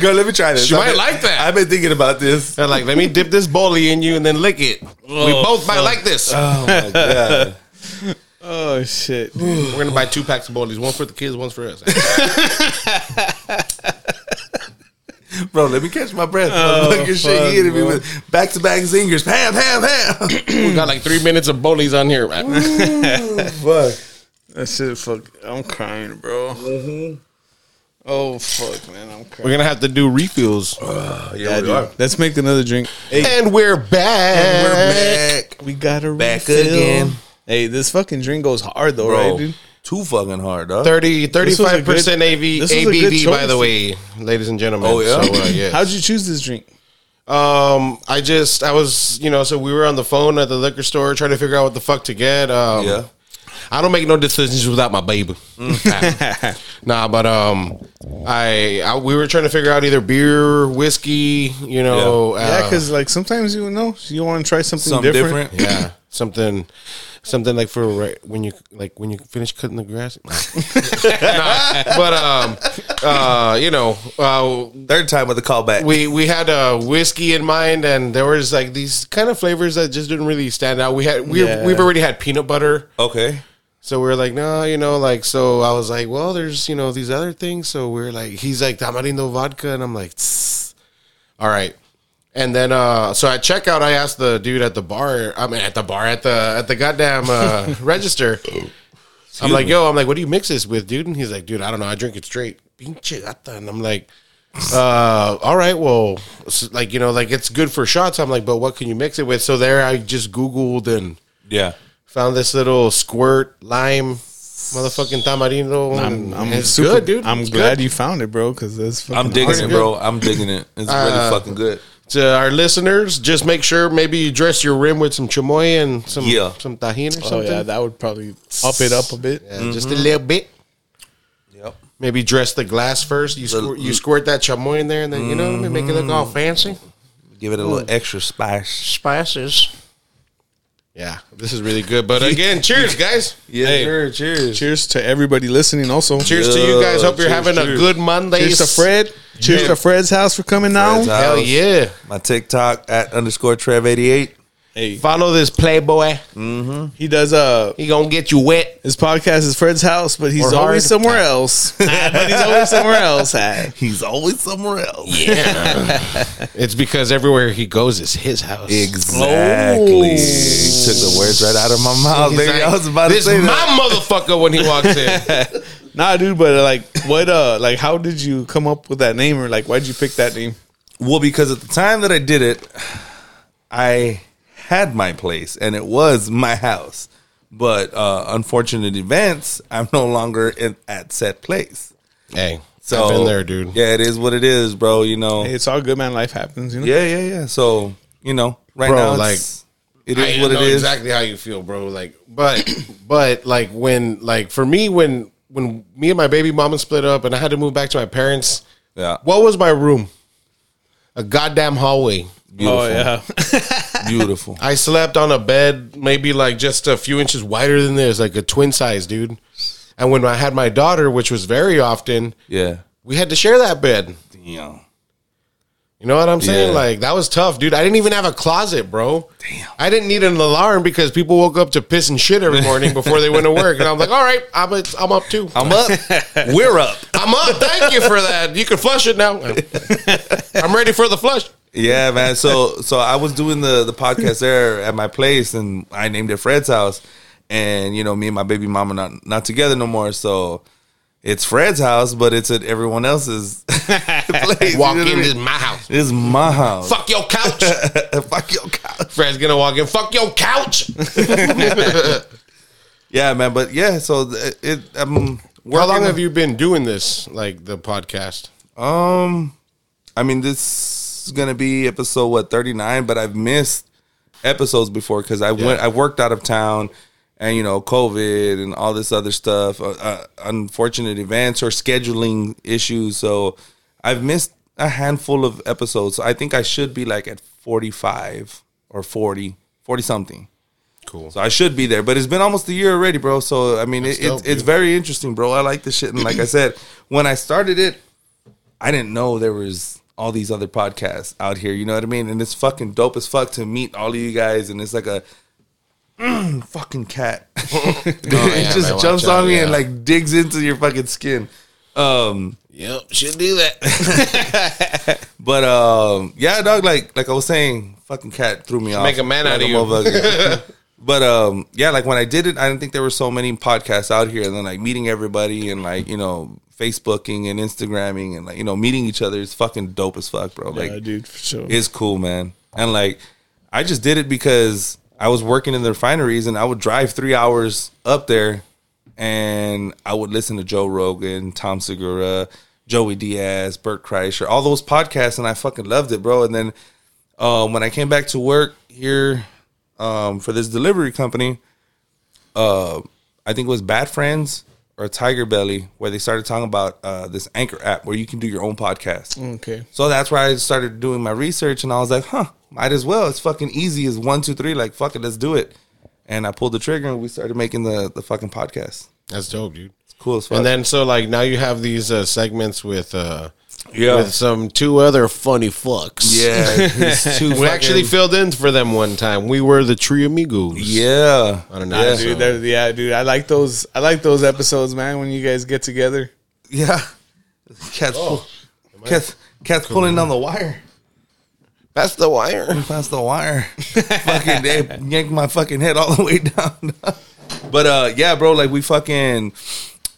Girl, let me try this. She I've might been- like that. I've been thinking about this. They're like, let me dip this bully in you and then lick it. we Oh, both might like this. Oh my god. Oh shit. We're gonna buy two packs of bullies, one for the kids, one's for us. Bro, let me catch my breath. Fucking fuck, shit. He hit me bro. with back to back zingers. Pam, pam, pam. we got like three minutes of bullies on here. man. Fuck. That shit fuck I'm crying, bro. Oh fuck, man, I'm We're crying. gonna have to do refills. Yeah, we Dude, are. Let's make another drink. And we're back. We're back. We gotta Back refill. again. Hey, this fucking drink goes hard though, Bro, right, dude? too fucking hard, dog. 30, was a 35% good- AV, this was a good ABV, by choice. the way, ladies and gentlemen. Oh, yeah? So, uh, yes. How'd you choose this drink? Um, I just I was you know so we were on the phone at the liquor store trying to figure out what the fuck to get. Um, Yeah. I don't make no decisions without my baby. Mm. nah, but um, I, I we were trying to figure out either beer, whiskey, you know, yeah, uh, because like sometimes you know you want to try something, Something different. different. yeah, something, something like for right when you like when you finish cutting the grass. Nah, but um, uh, you know, uh, Third time with the callback. we we had a whiskey in mind, and there was like these kind of flavors that just didn't really stand out. We had we Yeah. we've already had peanut butter, okay. so we were like, no, you know, like so. I was like, well, there's you know these other things. So we are like, he's like tamarindo vodka, and I'm like, "Tss." all right. And then uh so at checkout, I asked the dude at the bar. I mean, at the bar at the at the goddamn uh, register. I'm like, yo, I'm like, what do you mix this with, dude? And he's like, dude, I don't know. I drink it straight. Pinche gata. And I'm like, uh, all right, well, s- like, you know, like it's good for shots. I'm like, but what can you mix it with? So there I just Googled and Yeah. found this little squirt lime motherfucking tamarindo. I'm, and I'm Mm, it's super, good, dude. I'm It's glad good. you found it, bro. Because that's fucking I'm digging awesome. it, bro. I'm digging it. It's Uh, really fucking good. To our listeners, just make sure maybe you dress your rim with some chamoy and some, Yeah. some tahini or Oh something. yeah, that would probably up it up a bit. Yeah, Just a little bit. Yep. Maybe dress the glass first. You, squirt, you squirt that chamoy in there, and then, you know, let me make it look all fancy. Give it a little extra spice. spices. Yeah, this is really good. But again, cheers, guys. Yeah. Hey. sure, cheers. Cheers to everybody listening. Also, Cheers to you guys. Hope you're having a good Monday. Cheers to Fred. Cheers to Fred's house for coming Fred's now. house. Hell yeah. My TikTok at underscore Trev88. Hey, Follow this playboy. he does. Uh, He gonna get you wet. his podcast is Fred's house, but he's Or hard. always somewhere else. Nah, but he's always somewhere else. ah. He's always somewhere else. It's because everywhere he goes is his house. Exactly. Oh. Took the words right out of my mouth, He's baby. like, I was about to this say my that. motherfucker when he walks in. Nah, dude. But like, what? Uh, like, how did you come up with that name, or like, why'd you pick that name? Well, because at the time that I did it, I had my place and it was my house. But uh, unfortunate events, I'm no longer in, at said place. hey, So I've been there, dude. Yeah, it is what it is, bro. You know. Hey, it's all good, man. Life happens, you know. Yeah, yeah, yeah. So you know, right Bro, now, like, like it I is what it know is. Exactly how you feel, bro. Like, but but like when like for me when when me and my baby mama split up and I had to move back to my parents. Yeah, What was my room? A goddamn hallway. beautiful, Oh yeah. beautiful. I slept on a bed maybe like just a few inches wider than this, like a twin size, dude. And when I had my daughter, which was very often, Yeah, we had to share that bed. you know, You You know what I'm saying? Yeah. Like that was tough, dude. I didn't even have a closet, bro. Damn. I didn't need an alarm because people woke up to piss and shit every morning before they went to work, and I'm like, all right, I'm a, I'm up too. I'm up. We're up. I'm up. Thank you for that. You can flush it now. I'm ready for the flush. Yeah, man. So so I was doing the the podcast there at my place, and I named it Fred's house. And you know, me and my baby mama not not together no more. So it's Fred's house, but it's at everyone else's place. Walk You know in, what I this is mean? my house. It's my house. Fuck your couch. Fuck your couch. Fred's gonna walk in. Fuck your couch. Yeah, man. But yeah, so th- it. Um, How long have you been doing this, like the podcast? Um, I mean, this is gonna be episode what thirty nine, but I've missed episodes before because I went, I worked out of town, and you know, COVID and all this other stuff, uh, uh, unfortunate events or scheduling issues. So I've missed a handful of episodes. So I think I should be like at forty five or 40, 40 something. Cool. So I should be there, but it's been almost a year already, bro. So I mean, it, dope, it's it's very interesting, bro. I like this shit, and like I said, when I started it, I didn't know there was all these other podcasts out here. You know what I mean? And it's fucking dope as fuck to meet all of you guys, and it's like a mm, fucking cat. Oh, it man, just watch jumps out, on me yeah. and like digs into your fucking skin. Um, Yep, should do that. but um, yeah, dog. Like like I was saying, fucking cat threw me off. make a man Like out of you. motherfucker. but um, yeah, like when I did it, I didn't think there were so many podcasts out here. And then like meeting everybody and like you know Facebooking and Instagramming and like you know meeting each other is fucking dope as fuck, bro. Like yeah, dude, for sure. it's cool, man. And like, I just did it because I was working in the refineries and I would drive three hours up there and I would listen to Joe Rogan, Tom Segura, Joey Diaz, Burt Kreischer, all those podcasts. And I fucking loved it, bro. And then um, when I came back to work here um, for this delivery company, uh, I think it was Bad Friends or Tiger Belly, where they started talking about uh, this Anchor app where you can do your own podcast. okay. So that's where I started doing my research, and I was like, huh, might as well. It's fucking easy. It's one, two, three. Like, fuck it, let's do it. And I pulled the trigger, and we started making the the fucking podcast. That's dope, dude. It's cool as fuck. And then so like now you have these uh, segments with uh Yeah. with some two other funny fucks. yeah, it's too. We actually filled in for them one time. We were the Tree Amigos. yeah, I don't Yeah, know. dude. that- yeah, dude. I like those. I like those episodes, man. When you guys get together. yeah. Cat's pull, cat's, cat's pulling on the wire. That's the wire. past the wire. fucking they yanked my fucking head all the way down. but uh yeah, bro, like we fucking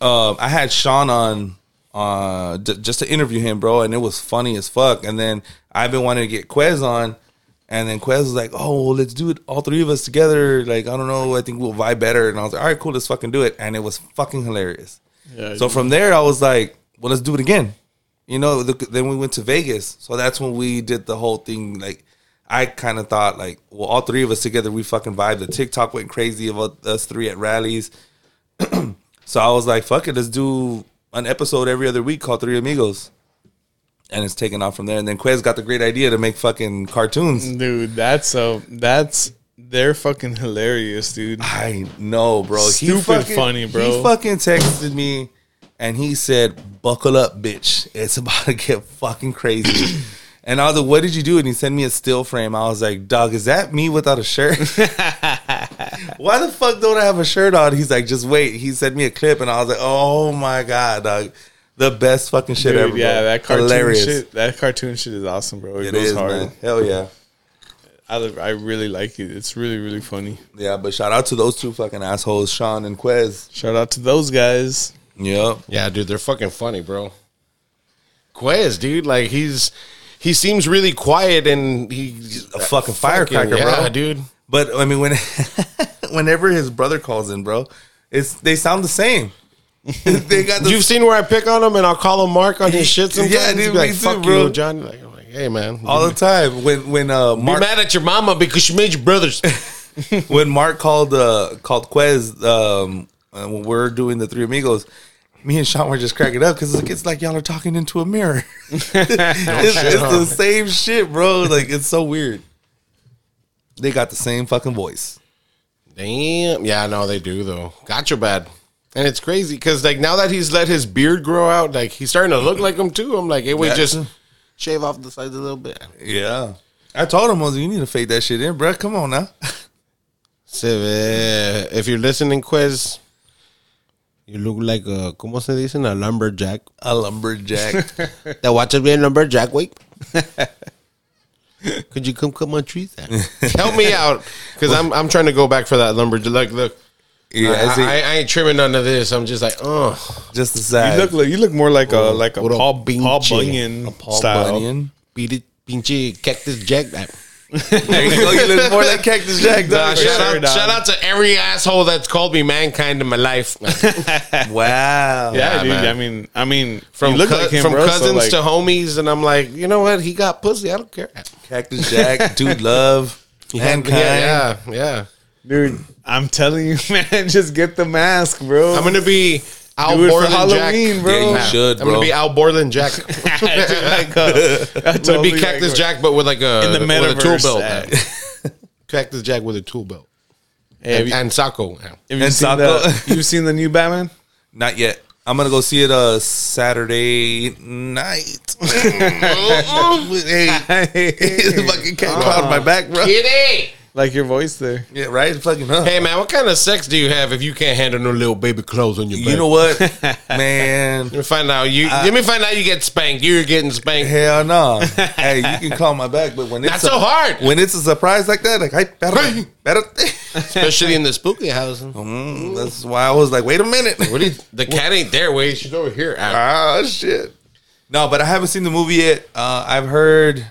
um I had Sean on uh d- just to interview him, bro, and it was funny as fuck. And then I've been wanting to get Quez on and then Quez was like, "Oh, well, let's do it all three of us together. Like, I don't know, I think we'll vibe better." And I was like, "All right, cool, let's fucking do it." And it was fucking hilarious. So from there, I was like, well, let's do it again. You know, the, then we went to Vegas. So that's when we did the whole thing. Like, I kind of thought, like, well, all three of us together, we fucking vibe. The TikTok went crazy about us three at rallies. so I was like, fuck it, let's do an episode every other week called Three Amigos. And it's taken off from there. And then Quez got the great idea to make fucking cartoons. Dude, that's so. That's they're fucking hilarious, dude. I know, bro. Stupid funny, bro. He fucking texted me and he said, Buckle up, bitch. It's about to get fucking crazy. and I was like, What did you do? And he sent me a still frame. I was like, Dog, is that me without a shirt? Why the fuck don't I have a shirt on? He's like, Just wait. He sent me a clip and I was like, Oh my God, dog. The best fucking shit Dude, ever. yeah, bro. that cartoon shit. That cartoon shit is awesome, bro. It, It goes is, hard. man. Hell yeah. I, li- I really like it. It's really really funny. Yeah, but shout out to those two fucking assholes, Sean and Quez. Shout out to those guys. Yep. Yeah, dude, they're fucking funny, bro. Quez, dude, like he's he seems really quiet and he A fucking firecracker, yeah, bro. dude. But I mean, when whenever his brother calls in, bro, it's they sound the same. they got the You've seen where I pick on him and I'll call him Mark on his shit sometimes. Yeah, dude, He'd be me like, too, fuck bro. you, John. Like, I'm like, hey man. all the time. When when uh You're Mark mad at your mama because she made you brothers. when Mark called uh called Quez um uh, when we're doing the Three Amigos. Me and Sean were just cracking up because it's like y'all are talking into a mirror. it's, it's the same shit, bro. Like it's so weird. They got the same fucking voice. Damn. Yeah, no, they do though. Gotcha bad. And it's crazy because like now that he's let his beard grow out, like he's starting to look like him too. I'm like, it was Yeah. just shave off the sides a little bit. Yeah. I told him, I was like, you need to fade that shit in, bro. Come on now. Se ve. If you're listening, Quiz, you look like a, ¿cómo se dicen? A lumberjack. A lumberjack. That watches me a lumberjack, wait. Could you come cut my trees down? Help me out. Because I'm, I'm trying to go back for that lumberjack. Look, look. yeah, I see. I, I, I ain't trimming none of this. I'm just like, oh, just the side. You look like you look more like a like a what a Paul, Paul pinche- Bunyan a Paul style. Bunyan. beat it, pinche cactus jack. Ah. Like, There you go. You look more like Cactus Jack. Nah, dog. for shout, sure, out, dog. shout out to every asshole that's called me mankind in my life. Wow. Yeah, Yeah, dude. man. I mean, I mean, From, from you look cou- like him, from bro, so, cousins like- to homies. And I'm like, you know what? He got pussy. I don't care. Cactus Jack, dude, love, mankind. Yeah, yeah, yeah. dude. I'm telling you, man, just get the mask, bro. I'm going to be Al Do it for Borland Halloween, Jack. bro. Yeah, you Nah, should, I'm bro. going to be Al Borland Jack. Dude, like, uh, I'm going to be Cactus Jack, but with like a, in the with a tool metaverse. belt. uh, Cactus Jack with a tool belt. Hey, have And, you- and Sacco. Yeah. have you and seen the- Sokka. You've seen the new Batman? Not yet. I'm gonna go see it uh Saturday night. Oh, hey, fucking cat cloud my back, bro. Like your voice there. Yeah, right. Fucking up. Hey, man, what kind of sex do you have if you can't handle no little baby clothes on your back? you know what, man? Let me find out. You let me find out. You get spanked. You're getting spanked. Hell no. Hey, you can call my back, but when it's Not so hard. when it's a surprise like that, like I better, better. especially in the spooky house. What Mm, that's why I was like, wait a minute. do you, the cat ain't there. Wait, she's over here. Al. Ah, shit. No, but I haven't seen the movie yet. Uh, I've heard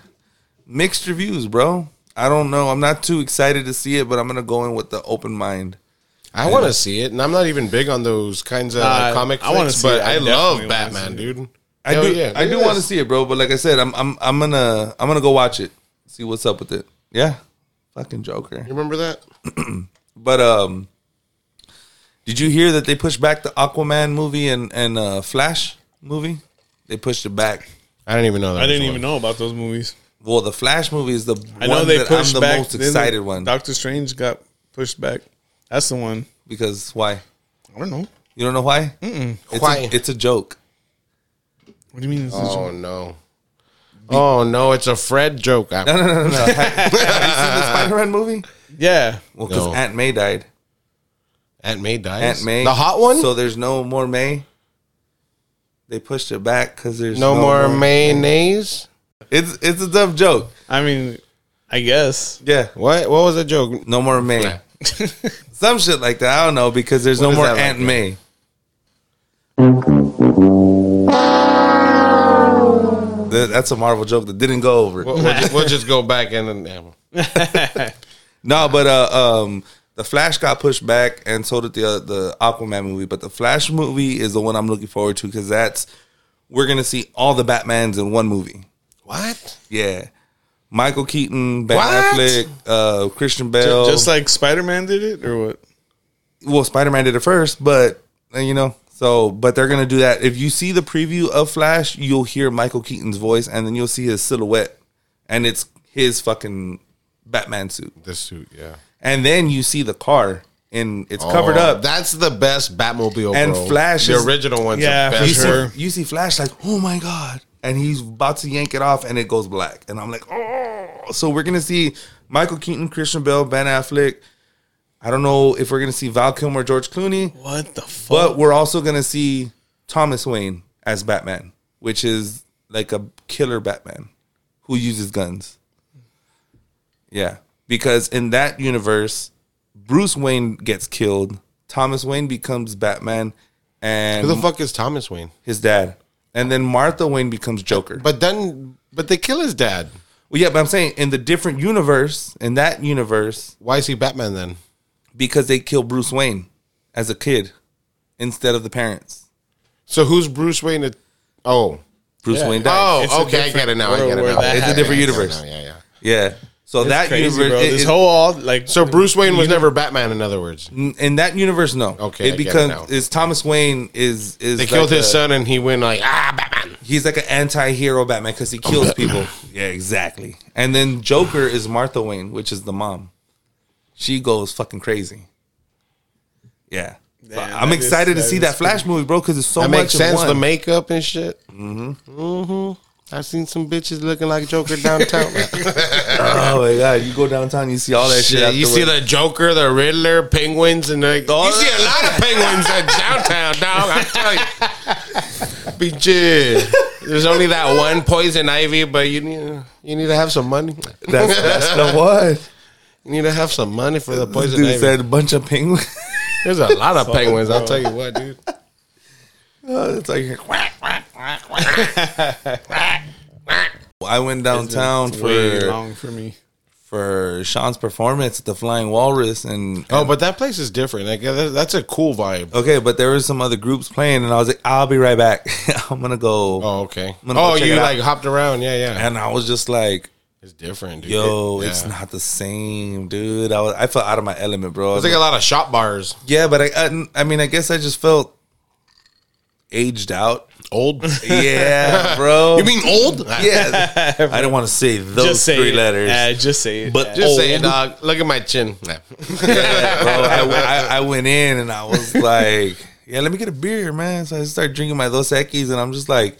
mixed reviews, bro. I don't know. I'm not too excited to see it, but I'm gonna go in with the open mind. I want to see it, and I'm not even big on those kinds of Nah, comic I comics. wanna see but it. I I love definitely wanna Batman, see dude. I Hell do. yeah. I Look do at want to this. see it, bro. But like I said, I'm I'm I'm gonna I'm gonna go watch it, see what's up with it. Yeah, fucking Joker. You remember that? But um, did you hear that they pushed back the Aquaman movie and and uh, Flash movie? They pushed it back. I didn't even know that. I didn't even know about those movies. Well, the Flash movie is the I one know they that pushed I'm the back. most didn't they? excited one Doctor Strange got pushed back. That's the one. because why? I don't know. You don't know why? Mm-mm. It's Why? A, it's a joke. What do you mean? It's a Oh no! Oh no! It's a Fred joke. Al. No, no, no, no. no. Have, have you seen Ah. the Spider-Man movie? Yeah. Well, because No. Aunt May died. Aunt May dies. Aunt May, the hot one. So there's no more May. They pushed it back because there's no, more, mayonnaise. It's it's a dumb joke. I mean, I guess. Yeah, What? What was the joke? no more May. Yeah. Some shit like that. I don't know because there's no is more that like Aunt that? May. That- That's a Marvel joke that didn't go over. We'll, we'll just, we'll just go back and then. yeah. No, but uh, um, the Flash got pushed back, and so did the uh, the Aquaman movie. But the Flash movie is the one I'm looking forward to because that's we're gonna see all the Batmans in one movie. What? Yeah, Michael Keaton, Ben What? Affleck, uh, Christian Bale. Ju- Just like Spider Man did it, or what? well, Spider Man did it first, but uh, you know. So, but they're gonna do that. If you see the preview of Flash, you'll hear Michael Keaton's voice, and then you'll see his silhouette, and it's his fucking Batman suit. The suit. Yeah. And then you see the car, and it's covered Oh, up. That's the best Batmobile. And bro. Flash the is- original one's Yeah, the for best. sure. one. Sure. You see Flash like, oh my god, and he's about to yank it off, and it goes black, and I'm like, oh. So we're gonna see Michael Keaton, Christian Bale, Ben Affleck. I don't know if we're gonna see Val Kilmer, George Clooney, What the fuck? but we're also gonna see Thomas Wayne as Batman, which is like a killer Batman who uses guns. Yeah, because in that universe, Bruce Wayne gets killed, Thomas Wayne becomes Batman, and Who the fuck is Thomas Wayne? his dad. And then Martha Wayne becomes Joker. But But then, but they kill his dad. well, yeah, but I'm saying in the different universe, in that universe, Why is he Batman then? because they kill Bruce Wayne as a kid instead of the parents. So who's Bruce Wayne? At, oh, Bruce Wayne oh, dies. okay, I get it now. I world get it where now. that Yeah, It's a yeah, different yeah, universe. Yeah, yeah. yeah. Yeah. So that crazy, universe, bro. it- this it- whole all like So Bruce Wayne was never Batman. In other words, they in that universe, no. Okay, it I get it now. becomes is ThomasWayne is is like killed his a- son, and he went like, ah, Batman. He's like an anti-hero Batman because he kills people. Yeah, exactly. And then Joker is Martha Wayne, which is the mom. She goes fucking crazy. Yeah. But Damn, I'm that is- excited that to see is that Flash movie, bro, because it's so That much. makes sense. In The one. makeup and shit. Mm-hmm. I seen some bitches looking like Joker downtown. Oh my god, you go downtown, you see all that shit. Shit, you see afterwards. the Joker, the Riddler, penguins, and like All you see a lot of penguins at downtown, dog. I tell you, be chill. There's only that one poison ivy, but you need you need to have some money. That's, that's the one. You need to have some money for the poison Dude ivy. said a bunch of penguins. There's a lot of penguins. I'll tell you what, dude. Oh, it's like quack, quack, quack, quack, quack, quack. I went downtown Way for long for me. for Sean's performance at the Flying Walrus, and, Oh, but that place is different. Like that- that's a cool vibe. okay, but there were some other groups playing, and I was like, I'll be right back. I'm gonna go, Oh, okay. I'm gonna go Oh, check you it out. like hopped around? Yeah, yeah. and I was just like, It's different, dude. Yo, Yeah. it's not the same, dude. I was, I felt out of my element, bro. I was It's like like, a lot of shop bars. yeah, but I, I, I mean, I guess I just felt aged out. Old. Yeah, bro. you mean old? yeah? I don't want to say those Just say three it. letters. Yeah, just say it. But yeah. Just Old. saying, dog. Look at my chin. Yeah, bro. I, I- I went in and I was like, yeah, let me get a beer, man. So I started drinking my Dos Equis and I'm just like,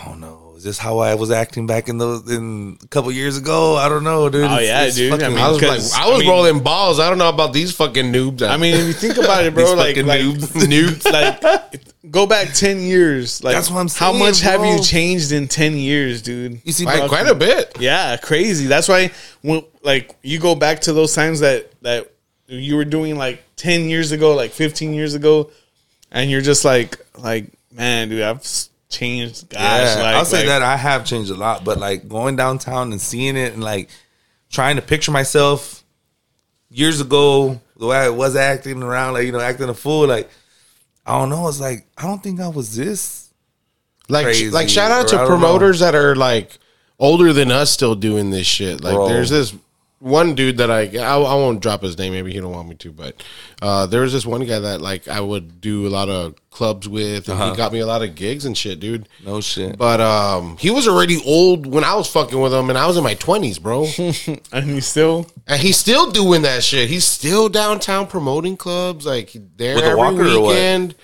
I don't know. Is this how I was acting back in those in a couple years ago? I don't know, dude. Oh, yeah, dude. I mean, I was like, Because, I was I mean- rolling balls. I don't know about these fucking noobs. I mean, if you think about it, bro, These like, fucking like noobs. like go back ten years. Like That's what I'm How saying, much have bro. you changed in ten years, dude? you see, like bro, quite a bit. Yeah, crazy. That's why when like you go back to those times that that you were doing like ten years ago, like fifteen years ago, and you're just like like man, dude, I've s- changed. Gosh, Yeah, like, I'll say like- that I have changed a lot, but like going downtown and seeing it and like trying to picture myself years ago, the way I was acting around, like you know, acting a fool, like I don't know. It's like I don't think I was this. Like, Crazy, like shout out or I to don't promoters that are like older than us still doing this shit. Like, Bro. there's this one dude that I, I I won't drop his name. Maybe he don't want me to, but uh, there was this one guy that like I would do a lot of clubs with, and he got me a lot of gigs and shit, dude. No shit. But um, he was already old when I was fucking with him, and I was in my twenties, bro. and you still And he's still doing that shit. He's still downtown promoting clubs, like there With a every walker or what? weekend.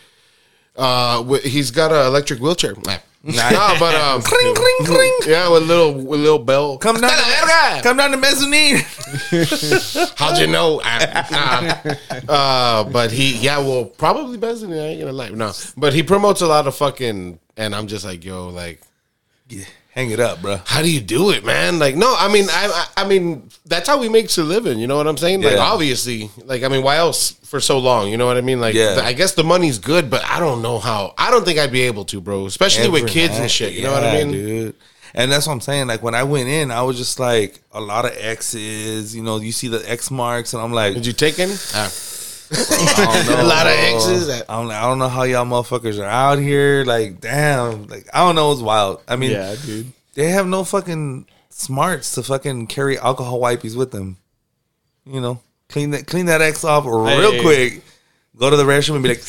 Uh, wi- he's got an electric wheelchair. Nah. Nah. no, but um, Cling, cling, cling. yeah, with little with little bell. Come down, to, come down to mezzanine. How'd you know? Ah, nah. uh, but he, yeah, well, probably better than I ain't gonna lie. No, but he promotes a lot of fucking, and I'm just like, yo, like, Yeah, hang it up, bro. how do you do it, man? Like, no, I mean, I, I, I mean, that's how we make a living. You know what I'm saying? Like, Yeah. obviously, like, I mean, why else for so long? You know what I mean? Like, Yeah. th- I guess the money's good, but I don't know how. I don't think I'd be able to, bro. Especially with Every kids night. and shit. You know what I Yeah, mean? dude? And that's what I'm saying. Like when I went in, I was just like a lot of X's. You know, you see the X marks, and I'm like, Did you take any? Ah. I don't know, A lot of bro. X's that- I'm like, I don't know how y'all motherfuckers are out here. Like, damn. Like, I don't know. It's wild. I mean, yeah, dude. they have no fucking smarts to fucking carry alcohol wipes with them. You know, clean that clean that X off real Hey. quick. Go to the restroom and be like,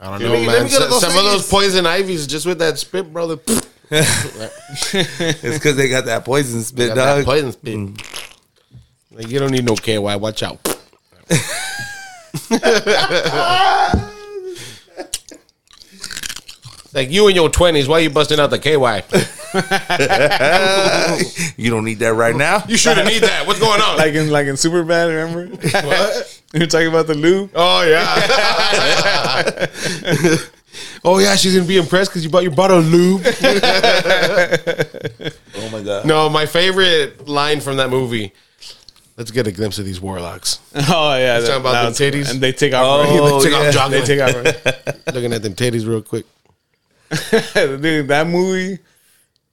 I don't Let know, me- let man. me go to So- those some of things. those poison ivies just with that spit, brother. it's because they got that poison spit, Got dog. that poison spit. Like you don't need no KY. Watch out. like you in your twenties, why you busting out the KY? you don't need that right now. You shouldn't need that. What's going on? Like in like in Superbad, remember? what? You're talking about the lube. Oh yeah. oh yeah, she's gonna be impressed because you bought your bottle of lube. Oh my god. no, my favorite line from that movie. Let's get a glimpse of these warlocks. Oh yeah, talking about the them titties? and they take off. Oh, they take yeah. off. John, they take off. Looking at them titties real quick. dude, that movie.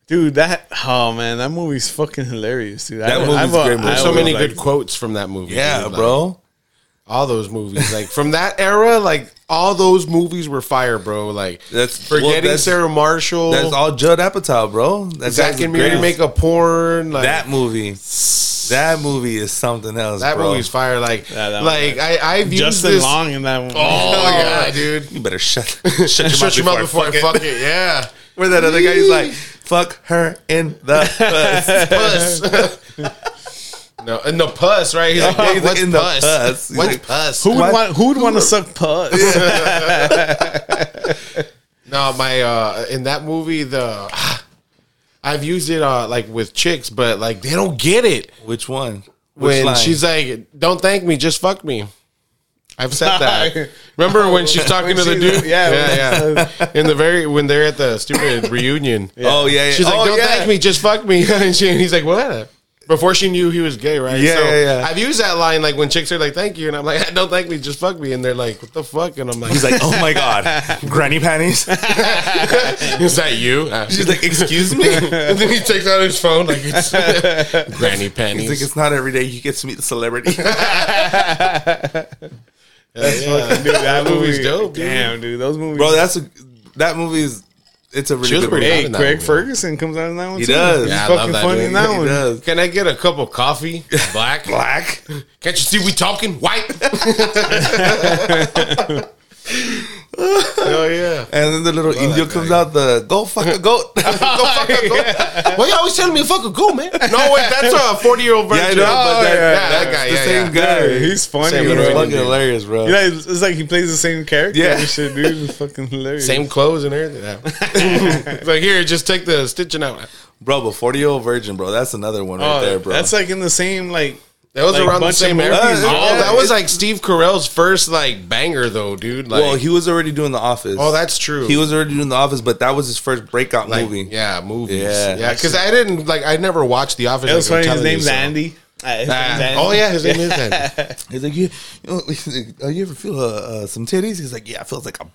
Dude, that oh man, that movie's fucking hilarious, dude. That movie's a- great movie. I so was many uh, like- good quotes from that movie. Yeah, dude. Like, bro. all those movies, like from that era, like all those movies were fire, bro. Like That's- forgetting well, that's- Sarah Marshall. That's all Judd Apatow, bro. That Zack guy's and Miri great. make a porn. Like that that, movie. That movie is something else. bro. movie's fire. Like Yeah, that one, like I I've Justin used this. Long in that one. Oh yeah, dude. You better shut shut your Shut your mouth before I it. fuck it. Yeah. Where that other guy is like, fuck her in the bus. Puss. No, in the puss, right? He's like, Yeah, he's like, what's "In the puss? puss." He's What's like, puss? Who would What? want? Who would want to suck pus? No, my uh in that movie the ah, I've used it uh, like with chicks, but like they don't get it Which one? Which when line? she's like, "Don't thank me, just fuck me." I've said that. Remember when she's talking When to the she's- dude? yeah, when- yeah, yeah. In the very when they're at the stupid reunion. Oh yeah, yeah. She's like, oh, "Don't yeah. thank me, just fuck me." and, she, and he's like, "What?" Before she knew he was gay, right? Yeah, yeah, yeah. I've used that line like when chicks are like, "Thank you," and I'm like, "Don't thank me, just fuck me," and they're like, "What the fuck?" And I'm like, He's like, oh my god, granny panties. "Is that you?" She's like, excuse me. It's and then he takes out his phone like it's granny panties. like it's not every day you get to meet the celebrity. That's fucking- Dude, that That movie's movie, dope, dude. Damn, dude, those movies. Bro, that's a that movie is it's a really She was good pretty movie. hot hey, in that Craig movie. Ferguson comes out in that one. He too. does. He's Yeah, I love fucking that funny dude. in that He one. does. Can I get a cup of coffee? Black. Black. Can't you see we talking? White. oh yeah. And then the little Indio comes out the go fuck a goat. go fuck a goat. Why you always telling me to fuck a goat, man? No, wait, that's a forty-year-old Yeah, I virgin. know, but that, yeah, that- that that's guy, the yeah, same yeah. guy. Yeah, he's funny. Same He's bro. role. fucking hilarious, bro. You know, it's, it's like he plays the same character. Yeah. Yeah, and shit, dude, it's fucking hilarious. Same clothes and everything. Yeah. it's like here, just take the stitching out. Bro, but 40 year old virgin, bro. That's another one right Oh, there, bro. That's like in the same like. That was Like, around the bunch of same era. movies. Oh, Yeah. that was like Steve Carell's first like banger, though, dude. Like, well, he was already doing The Office. oh, that's true. He was already doing The Office, but that was his first breakout like, movie. Yeah, movies. Yeah. yeah. Because I didn't like. I never watched The Office. It was like, funny. on His television, name's so- Andy. Uh, his name's Ah, Andy. oh yeah, his name is Andy. He's like, you, you, know, he's like, "Oh, you ever feel uh, uh, some titties? He's like, yeah, it feels like a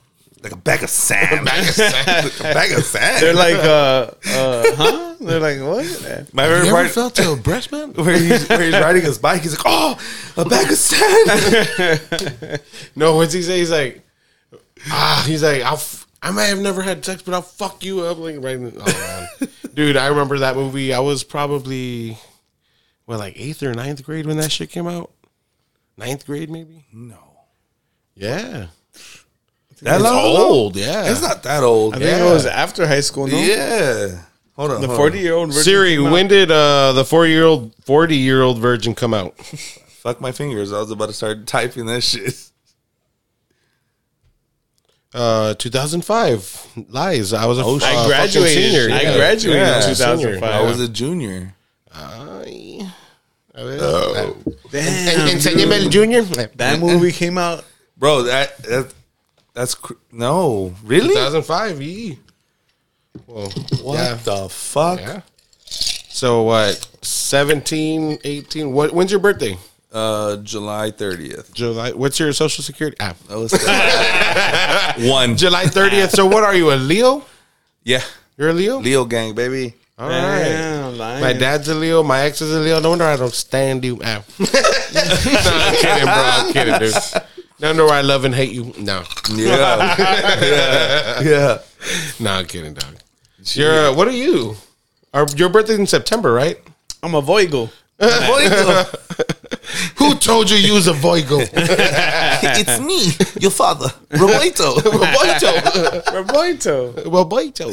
like a bag of sand, Bag of sand. like a bag of sand. They're like, uh, uh, huh? They're like, what? my favorite You ever part felt a breast man? where he's where he's riding his bike. He's like, oh, a bag of sand. No, what's he say? He's like, ah, he's like, I'll. F- I might have never had sex, but I'll fuck you up. Like, right, in- oh, man. dude, I remember that movie. I was probably, well, like eighth or ninth grade when that shit came out. Ninth grade, maybe. no, Yeah, that it's long ago? old. Yeah, It's not that old. I think it was after high school. No? yeah. Hold on, The hold on. forty-year-old Siri, when did uh, the four year old, forty year old virgin come out? Fuck my fingers. I was about to start typing that shit. Uh, two thousand five. Lies. I was a shit. uh, I fucking graduated. Senior. I Yeah. graduated Yeah. in 2005. I was a junior. Ay. A ver. Damn, Enséñeme el junior. that movie came out. Bro, that, that that's cr- no, really? 2005. E. Well, what yeah. the fuck? yeah. So what? 17, 18. What? When's your birthday? Uh, July thirtieth. July. What's your social security? Ah, That was one. July 30th. so what are you? A Leo? yeah, You're a Leo. Leo gang, baby. All right. Damn, lying. My dad's a Leo. My ex is a Leo. No wonder I don't stand you. Ow. no, I'm kidding, bro. I'm kidding, dude. No wonder why I love and hate you. No, Yeah, yeah, yeah. no, I'm kidding, dog. You're uh, what are you? Are, your birthday's in September, right? I'm a Voigo. Who told you you was a Voigo? it's me, your father, Roberto. Roberto. Roberto. well, Boito.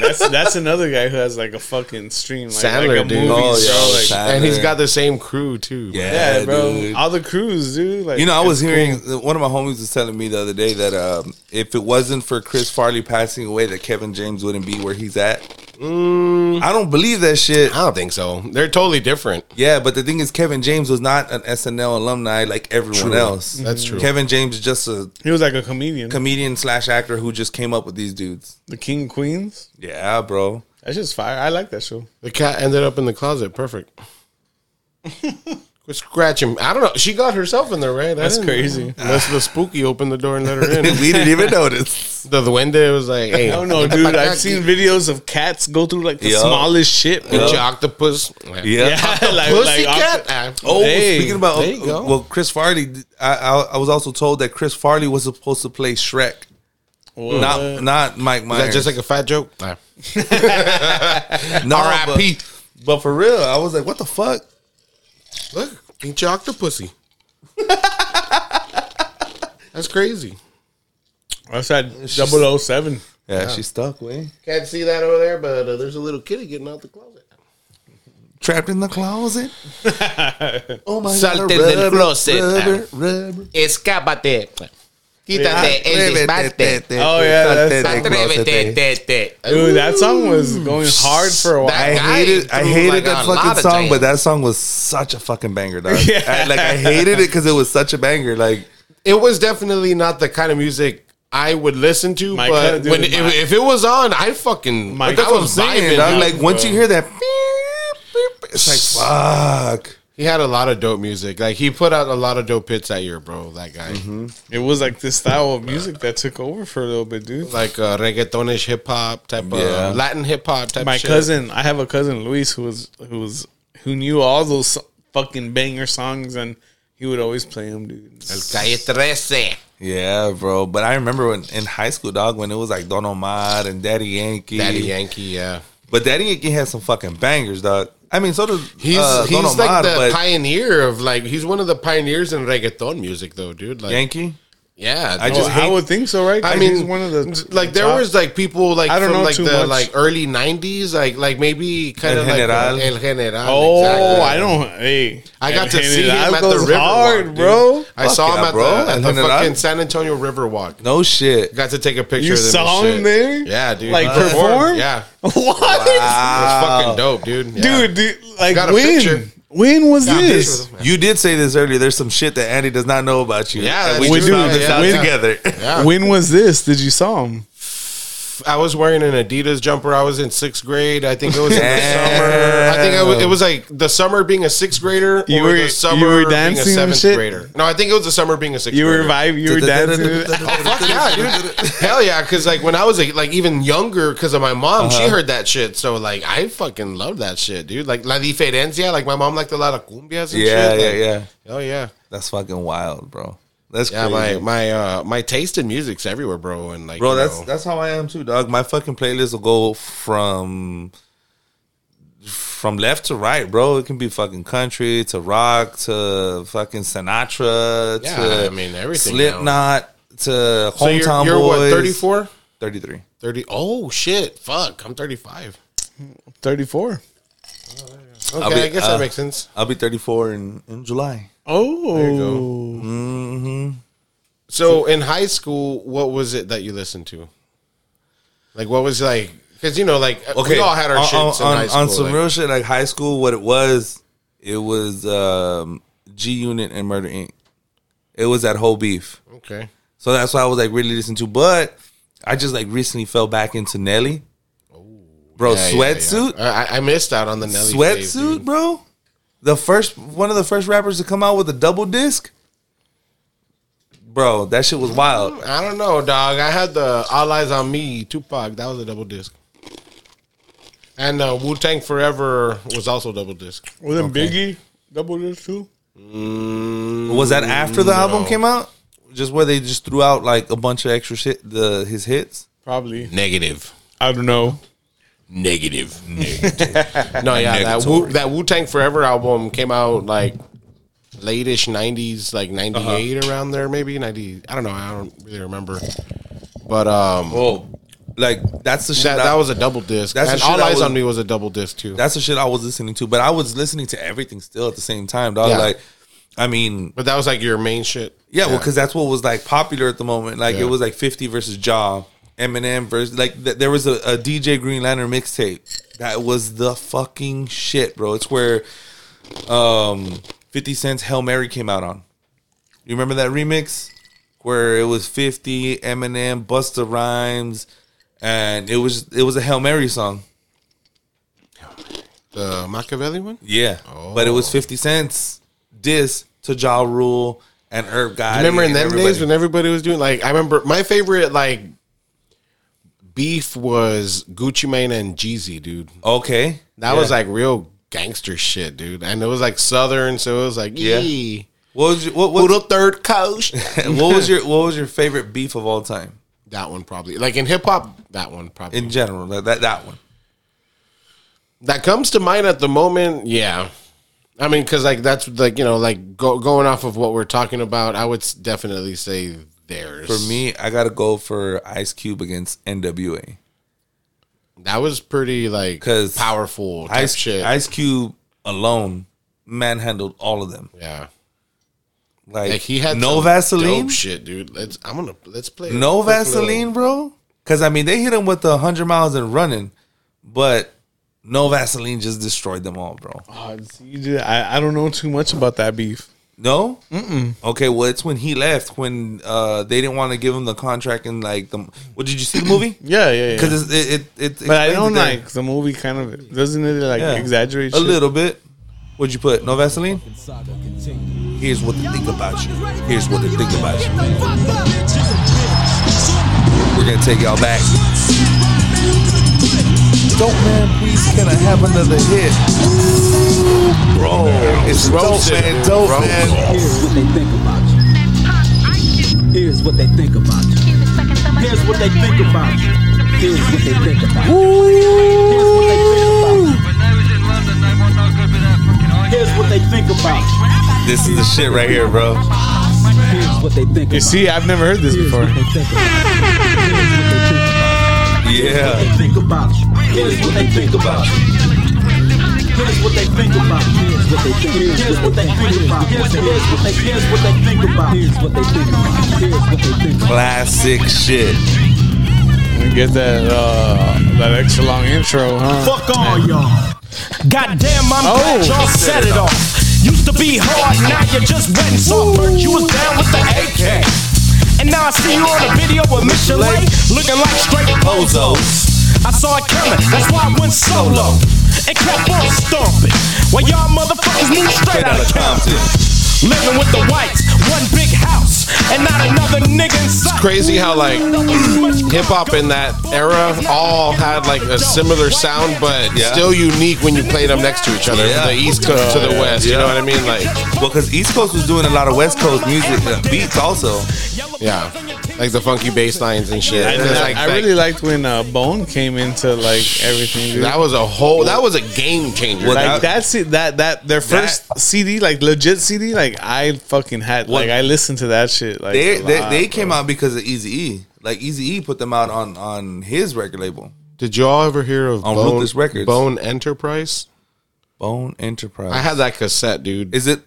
that's that's another guy who has like a fucking stream, like, Sandler, like a dude. movie, Oh, show, yeah, like- Sandler. And he's got the same crew too. yeah, yeah, bro. dude. All the crews, dude. Like You know, I was it's hearing uh, cool. one of my homies was telling me the other day that um, if it wasn't for Chris Farley passing away, that Kevin James wouldn't be where he's at. I don't believe that shit. I don't think so. They're totally different. Yeah, but the thing is, Kevin James was not an SNL alumni like everyone else. That's true. Kevin James is just a he was like a comedian, comedian slash actor who just came up with these dudes. the King Queens. Yeah, bro. That's just fire. I like that show. The cat ended up in the closet. Perfect. Quit scratching. I don't know. She got herself in there, right? I That's didn't- crazy. Unless the spooky opened the door and let her in. we didn't even notice. The duende was like, hey, I don't know, dude. I've seen videos of cats go through like the Yeah. smallest shit. bro. Get your octopus. Ah, Yeah. like, Pussycat. like- Oh, Hey, speaking about there you go. well, Chris Farley. I, I I was also told that Chris Farley was supposed to play Shrek, What? not not Mike Is Myers. that just like a fat joke? Ah. No, R.I.P. But, but for real, I was like, what the fuck? Look, eat your octopusy. That's crazy. I said 007. Yeah, she stuck, way Can't see that over there, but uh, there's a little kitty getting out the closet. trapped in the closet. oh my Salte god, del closet. eh. rubber, rubber. Escapate. Quítate el desbarte. Oh, yeah, that's- eh. Atrévete, te, te. Dude, that song was going hard for a while. That I guy hated, I threw, hated like, that a lot fucking of song, but jams. that song was such a fucking banger, dog. Yeah. I- like I hated it because it was such a banger. Like It was definitely not the kind of music I would listen to, My kind but of- dude, when my- if, if it was on, I fucking My- I that's I'm was saying, vibing. dog. dog. Like once you hear that, beep, beep, it's like fuck. He had a lot of dope music. Like he put out a lot of dope hits that year, bro. That guy, Mm-hmm. It was like this style of music that took over for a little bit, dude. like uh, reggaetonish hip hop type Yeah. of Latin hip hop type. my shit. cousin i have a cousin luis who was who was who knew all those so- fucking banger songs and he would always play them dude Calle 13. Yeah, bro. But I remember when in high school, dog, when it was like Don Omar and Daddy Yankee. Daddy Yankee, yeah. But Daddy Yankee had some fucking bangers, dog. I mean, so does He's uh, he's Don Omar, like the but pioneer of like he's one of the pioneers in reggaeton music though, dude. Like Yankee. yeah, I I Well, just just i hate- would think so right I Like, mean he's one of the like there top- was like people like I don't from know like too the much. like early 90s like like maybe kind El of like uh, General. El General. oh exactly. i don't hey I got to And see that him at the goes river hard bro I Fuck saw him yeah, at bro. the, at El the General. fucking San Antonio River Walk. No shit. Got to take a picture you of them. and saw him shit. there Yeah, dude. like He performed. perform Yeah. what It's Wow. fucking dope, dude. Yeah. dude, dude like Got a when picture. when was Got a picture this with him. You did say this earlier. There's some shit that Andy does not know about you. Yeah, And that's we true. just We found do. this out Yeah. together. Yeah. when was this did you saw him I was wearing an Adidas jumper. I was in sixth grade. I think it was in the Damn. summer. I think I was, it was like the summer being a sixth grader You or were- the summer you were being a dancing and seventh shit? grader. No, I think it was the summer being a sixth you were grader. vibing you were dancing Fuck yeah, dude. Hell yeah, because like when I was like, like even younger, because of my mom, she heard that shit. So like I fucking love that shit, dude. Like La Diferencia, like my mom liked a lot of cumbias and Yeah, shit. yeah, like, yeah. Oh yeah. That's fucking wild, bro. That's Yeah, my crazy. my uh my taste in music's everywhere, bro. And like bro you that's know, that's how i am too dog my fucking playlist will go from from left to right bro it can be fucking country to rock to fucking sinatra Yeah, to I mean, everything now. slipknot to so you're, hometown you're boys what, 34? 33 30 Oh shit. Fuck. I'm 35. 34 Okay, be- I guess uh, that makes sense. i'll be 34 in in july oh So in high school, what was it that you listened to? Like what was like because you know like uh, we all had our on, shits on, in high school. on some like- real shit like high school what it was it was um g unit and murder inc it was that whole beef okay. So that's why I was like really listening to. But I just like recently fell back into Nelly. Bro, Yeah, yeah, Oh, sweatsuit. yeah. I, I missed out on the Nelly phase, Sweatsuit, dude. bro. The first one of the first rappers to come out with a double disc. Bro, that shit was wild. I don't know, dog. I had the All Eyes on Me, Tupac. That was a double disc. And uh, Wu Tang Forever was also double disc. Wasn't Biggie double this too? Was that after the album came out? Just where they just threw out like a bunch of extra shit the his hits? Probably. Negative. I don't know. Negative. no, yeah, that Wu, that Wu Tang Forever album came out like latish '90s, like '98 Uh-huh. around there, maybe '90. I don't know. I don't really remember. But um, Oh. Like that's the shit that, I- that was a double disc. That's the and shit All I Eyes was- on Me was a double disc too. that's the shit I was listening to. But I was listening to everything still at the same time, dog. Yeah. Like I mean but that was like your main shit. Yeah, well, because that's what was like popular at the moment. Like Yeah. it was like Fifty versus Jaw, Eminem versus like th- there was a, a DJ Green Lantern mixtape that was the fucking shit, bro. It's where um Fifty Cent's Hail Mary came out on. You remember that remix where it was Fifty, Eminem, Busta Rhymes, and it was it was a Hail Mary song. the Machiavelli one. Yeah, but it was Oh. Fifty Cent's diss to Ja Rule and Herb Guy. remember in them days when everybody was doing like I remember my favorite like beef was Gucci Mane and Jeezy, dude. okay. That was like real gangster shit, dude. And it was like southern, so it was like Yeah. yeah. What was your, what, Put what, up third coast. what was your what was your favorite beef of all time that one probably. Like in hip hop, that one probably. in general? That that, that one. that comes to mind at the moment, yeah. I mean, because like that's like you know like go, going off of what we're talking about, I would s- definitely say theirs For me, I gotta go for Ice Cube against NWA. That was pretty like 'Cause powerful type Ice shit. Ice Cube alone manhandled all of them. yeah. Like, Like he had no some Vaseline, dope shit, dude. Let's I'm gonna let's play. no a quick little- Vaseline, bro. Because I mean, they hit him with the hundred miles and running, but no Vaseline just destroyed them all, bro. Oh, see, you do- I, I don't know too much about that beef. No. Mm-mm. Okay. Well, it's when he left when uh, they didn't want to give him the contract and like the. What did you see the movie? Yeah, yeah, yeah. Because it it it. But I explains don't it there. like the movie. Kind of doesn't it like Yeah. exaggerate a shit? little bit. What'd you put? No Vaseline. Here's what they think about you. Here's what they think about you. We're gonna take y'all back. Don't man, please can I have another hit? Bro, it's dope, Roasted, man, dope, bro. man. Here's what they think about you. Here's what they think about you. Here's what they think about you. Here's what they think about you. Here's what they think about you. Here's what they think about you. This is the shit right here, bro. Here's what they think about You see, I've never heard this Here's before. what they think about Yeah. you. Here's what they think about you. Here's what they think about you. Here's what they think about you. Here's what they think about you. Here's what they here's what they think about you. Here's what they think about you. Here's what they think about Classic shit. You get that uh, that extra long intro, huh? Fuck all y'all. Goddamn, I'm glad y'all set it off. Used to be hard, now you're just wet and soft. But you was down with the AK. And now I see you on a video with Michelet, looking like straight pozos. I saw it coming, that's why I went solo. And kept on stomping. While y'all motherfuckers moved straight out of Compton. Living with the whites, one big house, and not another nigga inside. Crazy how like hip hop in that era all had like a similar sound, but Yeah. still unique when you played them next to each other. Yeah. From the East Coast to the West, you Yeah. know what I mean? Like, Well, because East Coast was doing a lot of West Coast music, uh, beats also. yeah, like the funky bass lines and shit. I, It's like- I like- really liked when uh, Bone came into like everything. Dude. that was a whole. That was a game changer. Well, Like, like that's it. That that their first CD, like legit CD, like I fucking had. What- Like I listened to that shit. Like They a they, lot, they bro. came out because of Easy E. Like Easy E put them out on on his record label, did y'all ever hear of On Bone, Ruthless Records. Bone Enterprise? Bone I Enterprise. had that cassette, dude, Is it?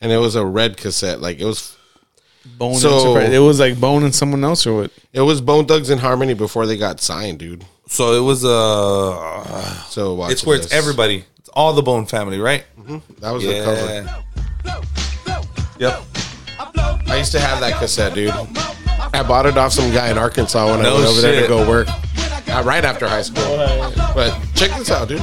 and it was a red cassette. Like it was, Bone. so- Enterprise. it was like Bone and someone else or what? it was Bone Thugs and Harmony before they got signed, dude. So it was uh, So watch it's where it's this. everybody, it's all the Bone family, right? That was the cover. Yeah. Yep. I used to have that cassette, dude. I bought it off some guy in Arkansas when I No went over there shit. to go work. Uh, right after high school. But check this out, dude.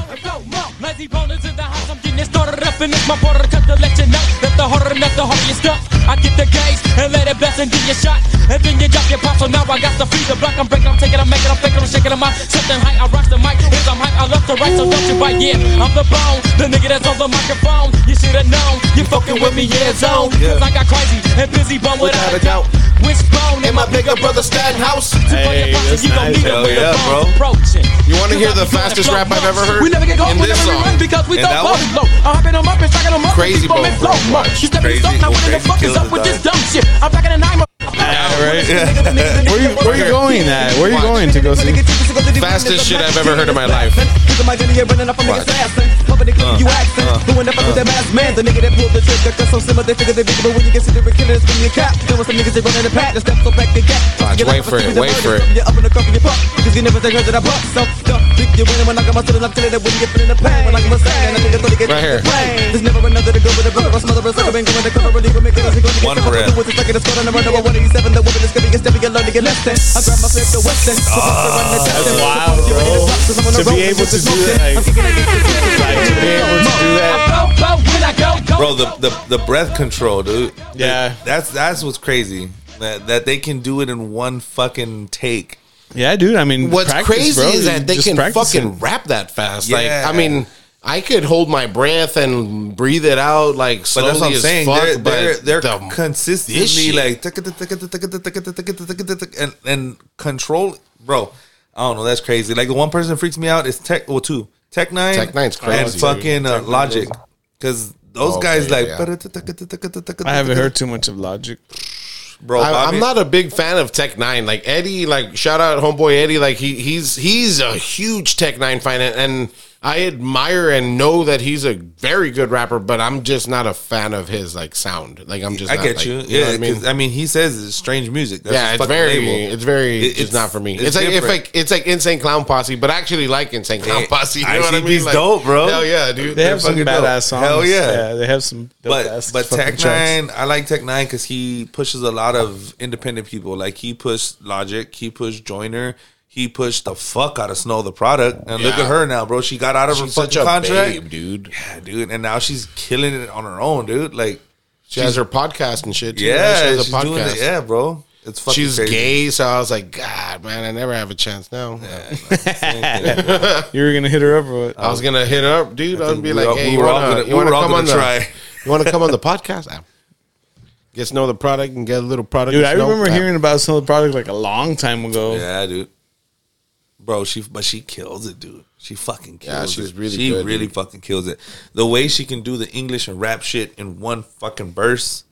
Mazzy boners in the house, I'm getting it started up and it's my border cut to let you know that the horror not the horror is stuff. I get the gaze and let it bless and get your shot. And then you drop your pop, so now I got to feed the block. I'm breaking, I'm taking, I'm making, I'm faking, I'm shaking them out. Something high, I rock the mic. If I'm high, I love to write, so don't you bite. Yeah, I'm the bone, the nigga that's on the microphone. You should have known, you fucking with me, yeah, zone. Cause I got crazy and busy bone without, a doubt. Which bone am I bigger brother Stanhouse? Hey, that's nice. Hell yeah, bro. You wanna hear the fastest rap I've ever heard? We never get caught In we this never song. run because we In don't that blow one? low. I'm hopping them up and stacking them up. Crazy keep 'em in bone, flow bro. mode. You stepping Crazy in stock, now bone, what in the crazy fuck is killer up with this died. dumb shit? I'm back in the nine. Where you, where you going at? Where you Watch. going to go see? Fastest shit I've ever heard in my life. Look at my Jenny, running up on niggas' ass. and Hoping they clip you accent. Doing the fuck with that mask man. The nigga that pulled the trigger. Cause so similar, they figure they big. But when you get to the killer, it's been your cap. There was some niggas that running the pack. The steps go back to gap. Watch, wait for it, wait for it. You're up in the cup and you pop. Cause you never say heard that I pop. So, the big you winning when I got my son. I'm killing it when you get feeling the pain. When I get my son. And I think I thought he get Right here. There's never another to go with a brother. My mother is like I've been going to cover. Really gonna make it. One breath. With the second, it's going to run over 187. The woman is gonna be a step. You're learning your lesson. I grab my flip to Weston. That's wild, bro. To be able to do that, like, Like, to be able to do that. Bro, the, the the breath control, dude. Yeah. That's that's what's crazy. That that they can do it in one fucking take. Yeah, dude. I mean, What's practice, crazy bro. is You that they just can practice it. fucking rap that fast. Yeah. Like, I mean, I could hold my breath and breathe it out like But slowly that's what I'm as saying. fuck. they're they're, but they're the- this consistently shit- like tuk- tuk- tuk- tuk- tuk- tuk- tuk- tuk- tuk- tuk- tuk- tuk- and and control, bro. I don't know. That's crazy. Like the one person that freaks me out is Tech. Well, two Tech Nine. Tech Nine's crazy, And dude. fucking uh, Logic, because those Okay, guys like. yeah. I haven't heard too much of Logic. Bro, I, I'm obvi- not a big fan of Tech Nine. Like Eddie, like shout out homeboy Eddie. Like he he's he's a huge Tech Nine fan, and- and I admire and know that he's a very good rapper, but I'm just not a fan of his like sound. Like I'm just I not, get like, you. know Yeah, what I mean? 'cause, I mean, he says it's strange music. That's yeah, his it's fucking very, label. it's very, It- it's, not for me. It's, like it's different. like it's like insane clown posse, but I actually like insane clown Hey, posse. You know what I mean? ICP's Like, dope, bro. Hell yeah, dude. They They're have some fucking badass dope. songs. Hell yeah. they have some. Dope but ass but fucking Tech tracks. Nine, I like Tech Nine because he pushes a lot of independent people. Like he pushed Logic, he pushed Joyner, he pushed the fuck out of Snow the product. And look Yeah. at her now, bro. She got out of her She's fucking such a contract, babe, dude. Yeah, dude, and now she's killing it on her own, dude. Like, She has her podcast and shit. Too. yeah, she has a she's doing podcast. it. Yeah, bro. It's fucking She's crazy. gay, so I was like, God, man, I never have a chance now. You were gonna hit her up with I was gonna hit her up, dude. I'd be we all- like, Hey, we you were all wanna, gonna- we you wanna were all come on gonna the, try. you wanna come on the podcast? Ah. Get to know the product and get a little product. dude. to I know. remember Ah. hearing about some of the product like a long time ago. Yeah, dude. Bro, she but she kills it, dude. She fucking kills Yeah, she's it. really she good, really dude. fucking kills it. The way she can do the English and rap shit in one fucking verse.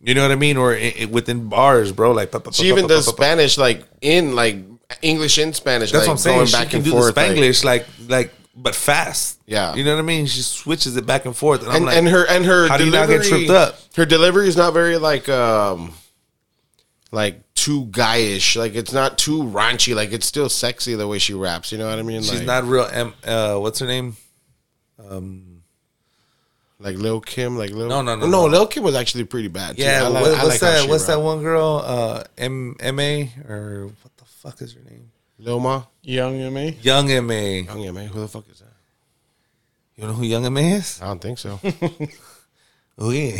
You know what I mean? Or i i- within bars, bro. Like pa- pa- pa- She even pa- pa- does pa- pa- Spanish, like in like English and Spanish. That's like, what I'm saying. going She can do the like- Spanglish, like, like, but fast. Yeah. you know what I mean. She switches it back and forth, and, I'm and, like, and her and her how do you not delivery, get tripped up? Her delivery is not very like um like too guyish. Like it's not too raunchy. Like it's still sexy the way she raps. You know what I mean? She's like, not real. M, uh, what's her name? like Lil Kim. Like Lil No, no, no. no, no. Lil Kim was actually pretty bad. too. Yeah, I like- what- I what's like how that? she What's that rap. one girl? Uh, M M A or what the fuck is her name? Lil Ma. Young me. Young M.A. Oh yeah, man. Who the fuck is that? You know who Young M.A. is? I don't think so. Oh, yeah.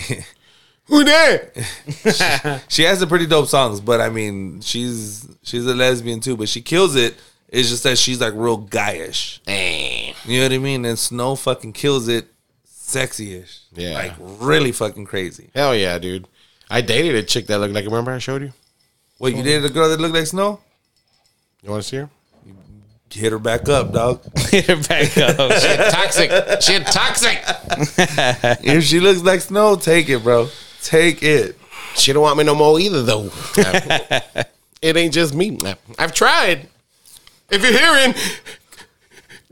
Who that? she has some pretty dope songs, but I mean, she's she's a lesbian too, but she kills it. It's just that she's like real guyish. You know what I mean? And Snow fucking kills it sexy-ish. Yeah. Like really fucking crazy. Hell yeah, dude. I dated a chick that looked like. Remember I showed you? Wait, you dated a girl that looked like Snow? You want to see her? Hit her back up, dog. Hit her back up. toxic. She toxic. if she looks like Snow, take it, bro. Take it. She don't want me no more either, though. it ain't just me. I've tried. If you're hearing,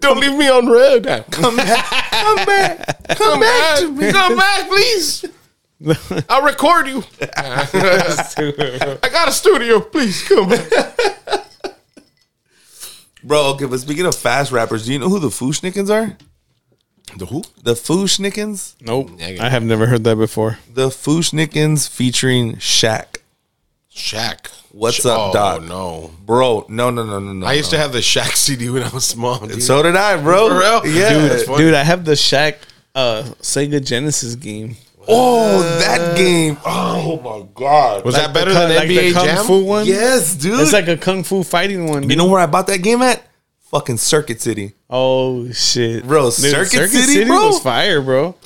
don't leave me on red. Come back. Come back. Come back to me. Come back, please. I'll record you. I got a studio. Please come back. Bro, okay, but speaking of fast rappers, do you know who the Fushnikins are? The who? The Fushnikins? nope. I have never heard that before. The Fushnikins featuring Shaq. Shaq. What's up, Doc? no. Bro, no, no, no, no, no. I used to have the Shaq CD when I was small. Dude. So did I, bro. For real? Yeah. That's funny. Dude, I have the Shaq uh, Sega Genesis game. Oh, that game. Oh my god. was that the better kung- than the NBA kung Jam? fu one? Yes, dude. It's like a kung fu fighting one. you know where I bought that game at? Fucking Circuit City. Oh shit, Bro, Circuit City, bro? was fire, bro.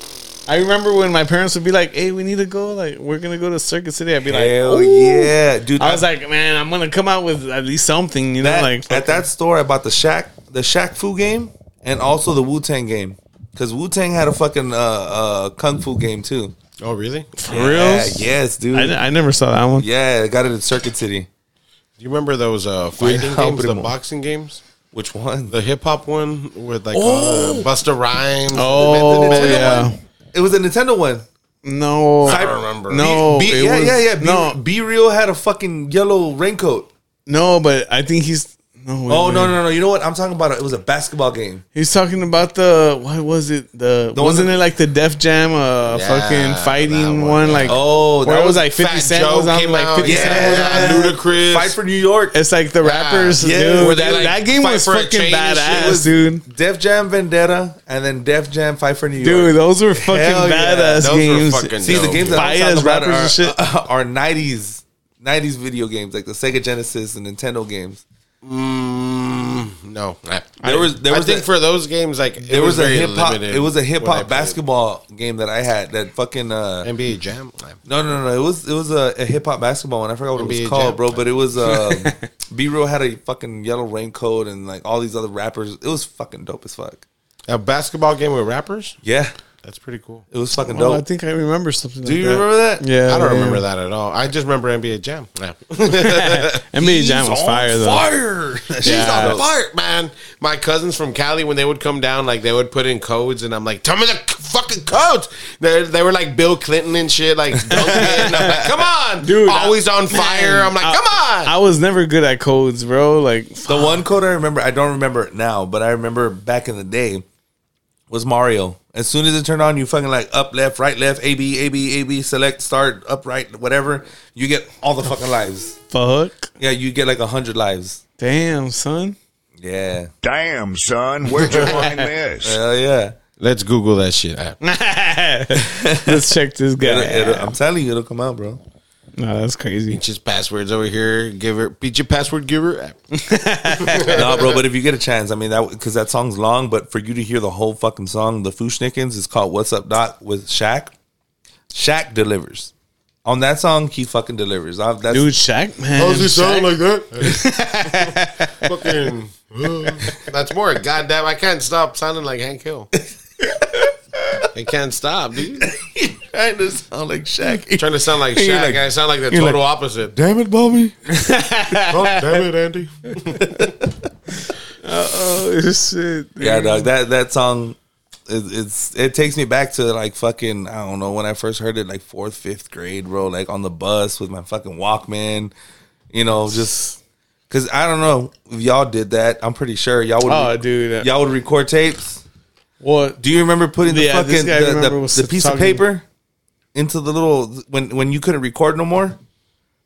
I remember when my parents would be like, "Hey, we need to go. Like, we're gonna go to Circuit City." I'd be like, Hell "Ooh." yeah, dude. I was like, "Man, I'm gonna come out with at least something." You know, that, like at that store, I bought the Shaq, the Shaq Fu game, and also the Wu Tang game. Cause Wu Tang had a fucking uh, uh, kung fu game too. Oh, really? for real. Yeah, yes, dude. I, I never saw that one. yeah, I got it at Circuit City. Do you remember those uh, fighting how games, the primo. boxing games? Which one? The hip hop one with like Oh. uh, Busta Rhymes. Oh yeah, It was a Nintendo one. no, Cyber- remember. no, B, it yeah, was- yeah, yeah, B, no, B Real had a fucking yellow raincoat. no. But I think he's no. wait, Oh wait. no, no, no! You know what I'm talking about? It was a basketball game. He's talking about the what was it? The, The one wasn't that- it like the Def Jam uh Yeah, fucking that fighting one, one, yeah. like Oh, where that it was was like Fat Fifty Cent Joe was on came like out, Fifty yeah. Cent was on. Ludacris. Fight for New York. It's like the rappers, Yeah. dude. Where they, that, like, that game fight was for a fucking chain and shit. badass, It was- dude. Def Jam Vendetta, and then Def Jam Fight for New York. Dude, those were fucking Hell yeah. badass Those were games. fucking see the dope. games that Fight I'm talking as about are, uh, rappers and are 90s, 90s video games like the Sega Genesis and Nintendo games. Mm, no, There was- there I was think a- for those games, like it There was, a very hip hop. limited It was a hip what I hop played. basketball game that I had. That fucking uh, NBA Jam. No, no, no. It was it was a, a hip hop basketball one. I forgot what it NBA was called, Jam. bro. But it was um, B Real had a fucking yellow raincoat and like all these other rappers. It was fucking dope as fuck. A basketball game with rappers. Yeah, That's pretty cool. It was fucking Oh, I dope. think I remember something. Do you remember that? Yeah, I don't yeah. remember that at all. I just remember NBA Jam. Yeah. NBA Jam was on fire though. Fire. She's Yeah. on fire, man. My cousins from Cali, when they would come down, like they would put in codes, and I'm like, tell me the c- fucking codes. They, they were like Bill Clinton and shit, like, Duncan. I'm like come on, Dude, dude. I- Always on fire. I'm like, I- come on. I was never good at codes, bro. Like The one code I remember, I don't remember it now, but I remember back in the day was Mario. As soon as it turned on, you fucking like up, left, right, left, A, B, A, B, A, B, select, start, up, right, whatever. You get all the fucking lives. fuck. Yeah, you get like a 100 lives. Damn, son. Yeah. Damn, son, where'd you find this? Hell yeah. Let's Google that shit. Let's check this It'll- guy. it'll- I'm telling you, it'll come out, bro. No, that's crazy. Just passwords over here. Give her PG password giver. app. no, bro. But if you get a chance, I mean, that because that song's long, but for you to hear the whole fucking song, the Fushnikins is called "What's Up Doc" with Shaq. Shaq delivers on that song. He fucking delivers. I, that's Dude, Shaq, man. Shaq. like that? fucking. That's more. Goddamn, I can't stop sounding like Hank Hill. I can't stop, dude. trying to sound like Shaq. trying to sound like You're Shaq. like- I sound like the you're total opposite. Damn it, Bobby. Oh, damn it, Andy. Oh shit. Yeah, dog. That that song. It, it's it takes me back to like fucking I don't know when I first heard it like fourth fifth grade bro like on the bus with my fucking Walkman, you know just because I don't know if y'all did that I'm pretty sure y'all would Oh, dude. y'all would record tapes What? Do you remember putting the Yeah, this fucking guy I the, remember was the, the piece talking- of paper into the little when when you couldn't record no more?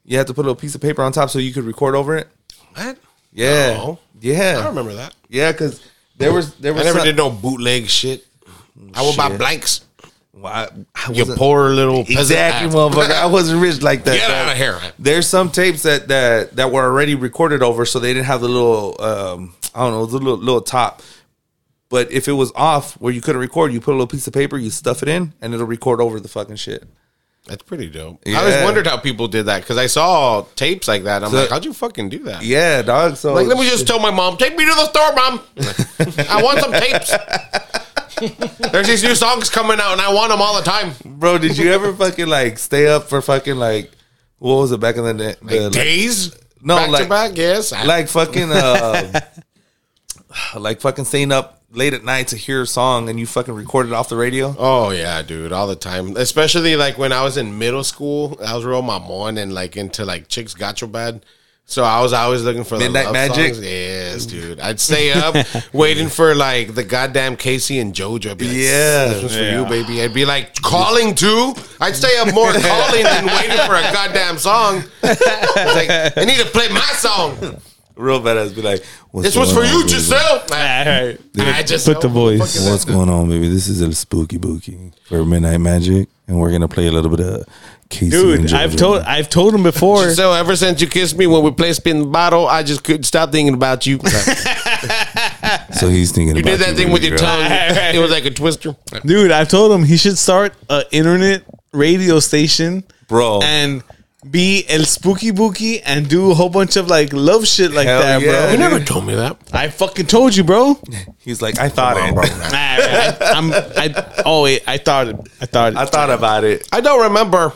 You had to put a little piece of paper on top so you could record over it. What? Yeah, No. yeah, I remember that. Yeah, because there was there I was never some- did no bootleg shit. I would buy Oh, Shit. blanks. Well, I, I You wasn't- poor little peasant. exactly, motherfucker. I wasn't rich like that. Get dog. out of here. There's some tapes that that that were already recorded over, so they didn't have the little um I don't know the little little top. But if it was off where you couldn't record, you put a little piece of paper, you stuff it in, and it'll record over the fucking shit. That's pretty dope. I Yeah. always wondered how people did that because I saw tapes like that. I'm So- like, how'd you fucking do that? Yeah, dog. So Like, let me just tell my mom, take me to the store, mom. I want some tapes. There's these new songs coming out, and I want them all the time. bro. Did you ever fucking like stay up for fucking like what was it back in the day? The, Like, days? No, back like- to back. Yes, I- like fucking uh, like fucking staying up late at night to hear a song and you fucking record it off the radio. Oh yeah, dude, all the time. Especially like when I was in middle school, I was real mamon and like into like chicks got your bad. So I was always looking for Midnight the love Magic? Songs. Yes, dude. I'd stay up waiting for like the goddamn Casey and JoJo. I'd be like, Yeah. this was for Yeah. you, baby. I'd be like calling too. I'd stay up more calling than waiting for a goddamn song. I was like, I need to play my song. Real badass, be like, What's This was for going on, you, baby? Giselle. All right. I just Put the voice. What's going on, baby? This is a spooky bookie for Midnight Magic, and we're gonna play a little bit of Casey. and Dude, JoJo. I've told I've told him before. So ever since you kissed me when we played spin bottle, I just couldn't stop thinking about you. So he's thinking You about did that thing baby with your girl. tongue. It was like a twister. Dude, I've told him he should start a internet radio station bro. and be El Spooky Bookie and do a whole bunch of like love shit like Hell that, yeah, bro. You never told me that. I fucking told you, bro. he's like, I thought it. Nah, I, I'm. I oh wait, I thought it. I thought it. I thought about it. I don't remember.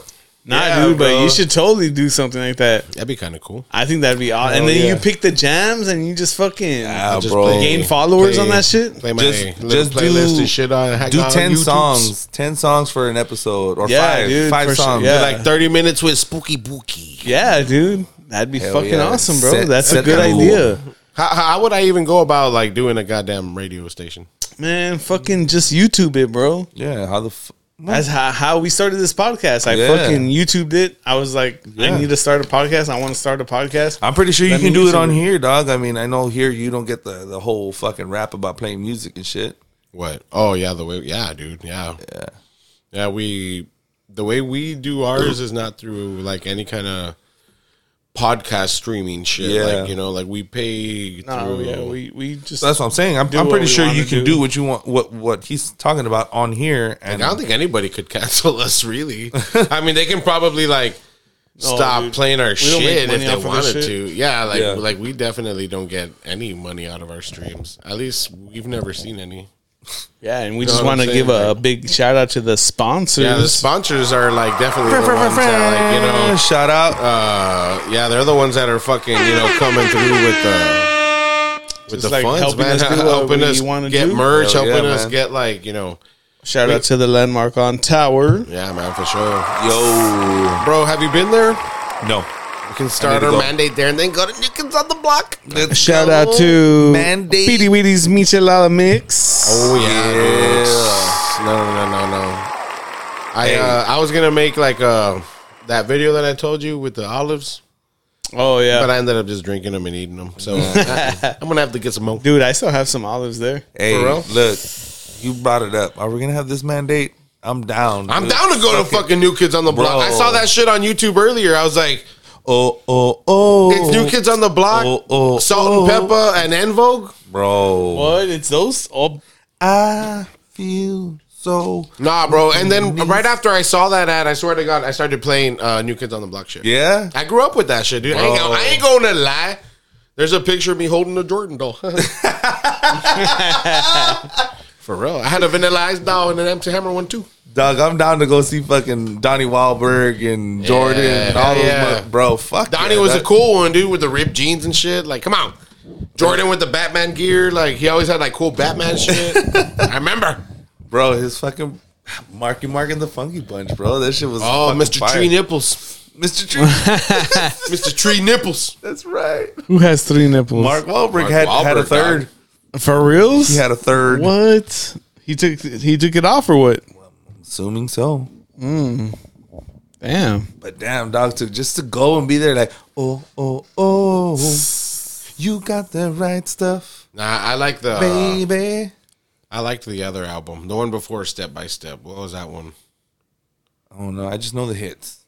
nah, yeah, dude, but bro. you should totally do something like that. That'd be kind of cool. I think that'd be awesome. And Hell then you yeah. pick the jams and you just fucking Ah, just bro. gain followers on that shit. Play my Just- little just playlist do- and shit on. hang do on ten YouTube. songs, ten songs for an episode, or Yeah, five, dude, five for sure, songs. yeah. Like thirty minutes with Spooky Bookie. Yeah, dude. That'd be Hell fucking yeah. awesome, bro. Set- That's a set good the rule. idea. How, how would I even go about like doing a goddamn radio station? Man, fucking just YouTube it, bro. yeah, how the f- That's how, how we started this podcast. I Yeah. fucking YouTubed it. I was like, I Yeah. need to start a podcast. I want to start a podcast. I'm pretty sure you Let can me do it YouTube on it. here, dog. I mean, I know here you don't get the the whole fucking rap about playing music and shit. What? Oh yeah, the way. Yeah, dude. Yeah. Yeah. Yeah, we the way we do ours is not through like any kind of podcast streaming shit. Yeah. Like you know, like we pay No, through. yeah, we, we just So that's what I'm saying. I'm, Do I'm what pretty we sure wanna you can do. do. what you want, what what he's talking about on here, and I don't think anybody could cancel us, really. I mean, they can probably like stop dude. playing our don't make shit if money they off of this wanted shit. to. Yeah, like Yeah. like we definitely don't get any money out of our streams. At least we've never seen any. Yeah, and we Know just what I'm want to saying? give a, big shout out to the sponsors. Yeah, the sponsors are like definitely the ones that like you know. shout out. Uh, yeah, they're the ones that are fucking you know coming through with the with Just, the like, funds, helping man. us do what helping we us wanna get do. merch, Hell yeah, helping us man. get like you know. Shout out to the Landmark on Tower. Yeah, man, for sure. Yo, Bro, have you been there? no. We can start to our go. mandate there and then go to Nickens on the block. Let's Shout go. out to Mandate. Petey Weedy's Michelada Mix. Oh yeah. Yeah. dude. No, no, no, no, no. I Hey. uh, I was gonna make like uh that video that I told you with the olives, Oh yeah, but I ended up just drinking them and eating them. So I, am gonna have to get some more. dude, I still have some olives there. Hey, For real? look, you brought it up. Are we gonna have this mandate? I'm down. I'm dude. down to go to Fuck it. fucking New Kids on the Block. Bro. I saw that shit on YouTube earlier. I was like, Oh, oh, oh. it's New Kids on the Block, Oh, oh, Salt oh. and Pepper, and En Vogue. bro. What? It's those? Oh, I feel so. Nah, bro. And then right after I saw that ad, I swear to God, I started playing uh, New Kids on the Block shit. Yeah. I grew up with that shit, dude. I ain't, I ain't gonna lie. There's a picture of me holding a Jordan doll. For real. I had a vanilla ice doll and an empty hammer one too. Doug, I'm down to go see fucking Donnie Wahlberg and Jordan and all those. yeah. mo- Bro, fuck. Donnie yeah, was that- a cool one, dude, with the ripped jeans and shit. Like, come on. Jordan with the Batman gear. Like, he always had like cool Batman shit. I remember. Bro, his fucking. Marky Mark and the Funky Bunch, bro. That shit was. Oh, fucking Mr. fire. Tree Nipples. Mr. Tree. Mr. Tree Nipples. That's right. who has three nipples? Mark Wahlberg, Mark had, had a Wahlberg, third. dog. for reals? He had a third. What? He took he took it off or what? Assuming so. Damn. But damn, dog, to just to go and be there, like, oh, oh, oh, you got the right stuff, Nah, I like the uh, baby. I liked the other album. The one before Step by Step. What was that one? oh no, I just know the hits.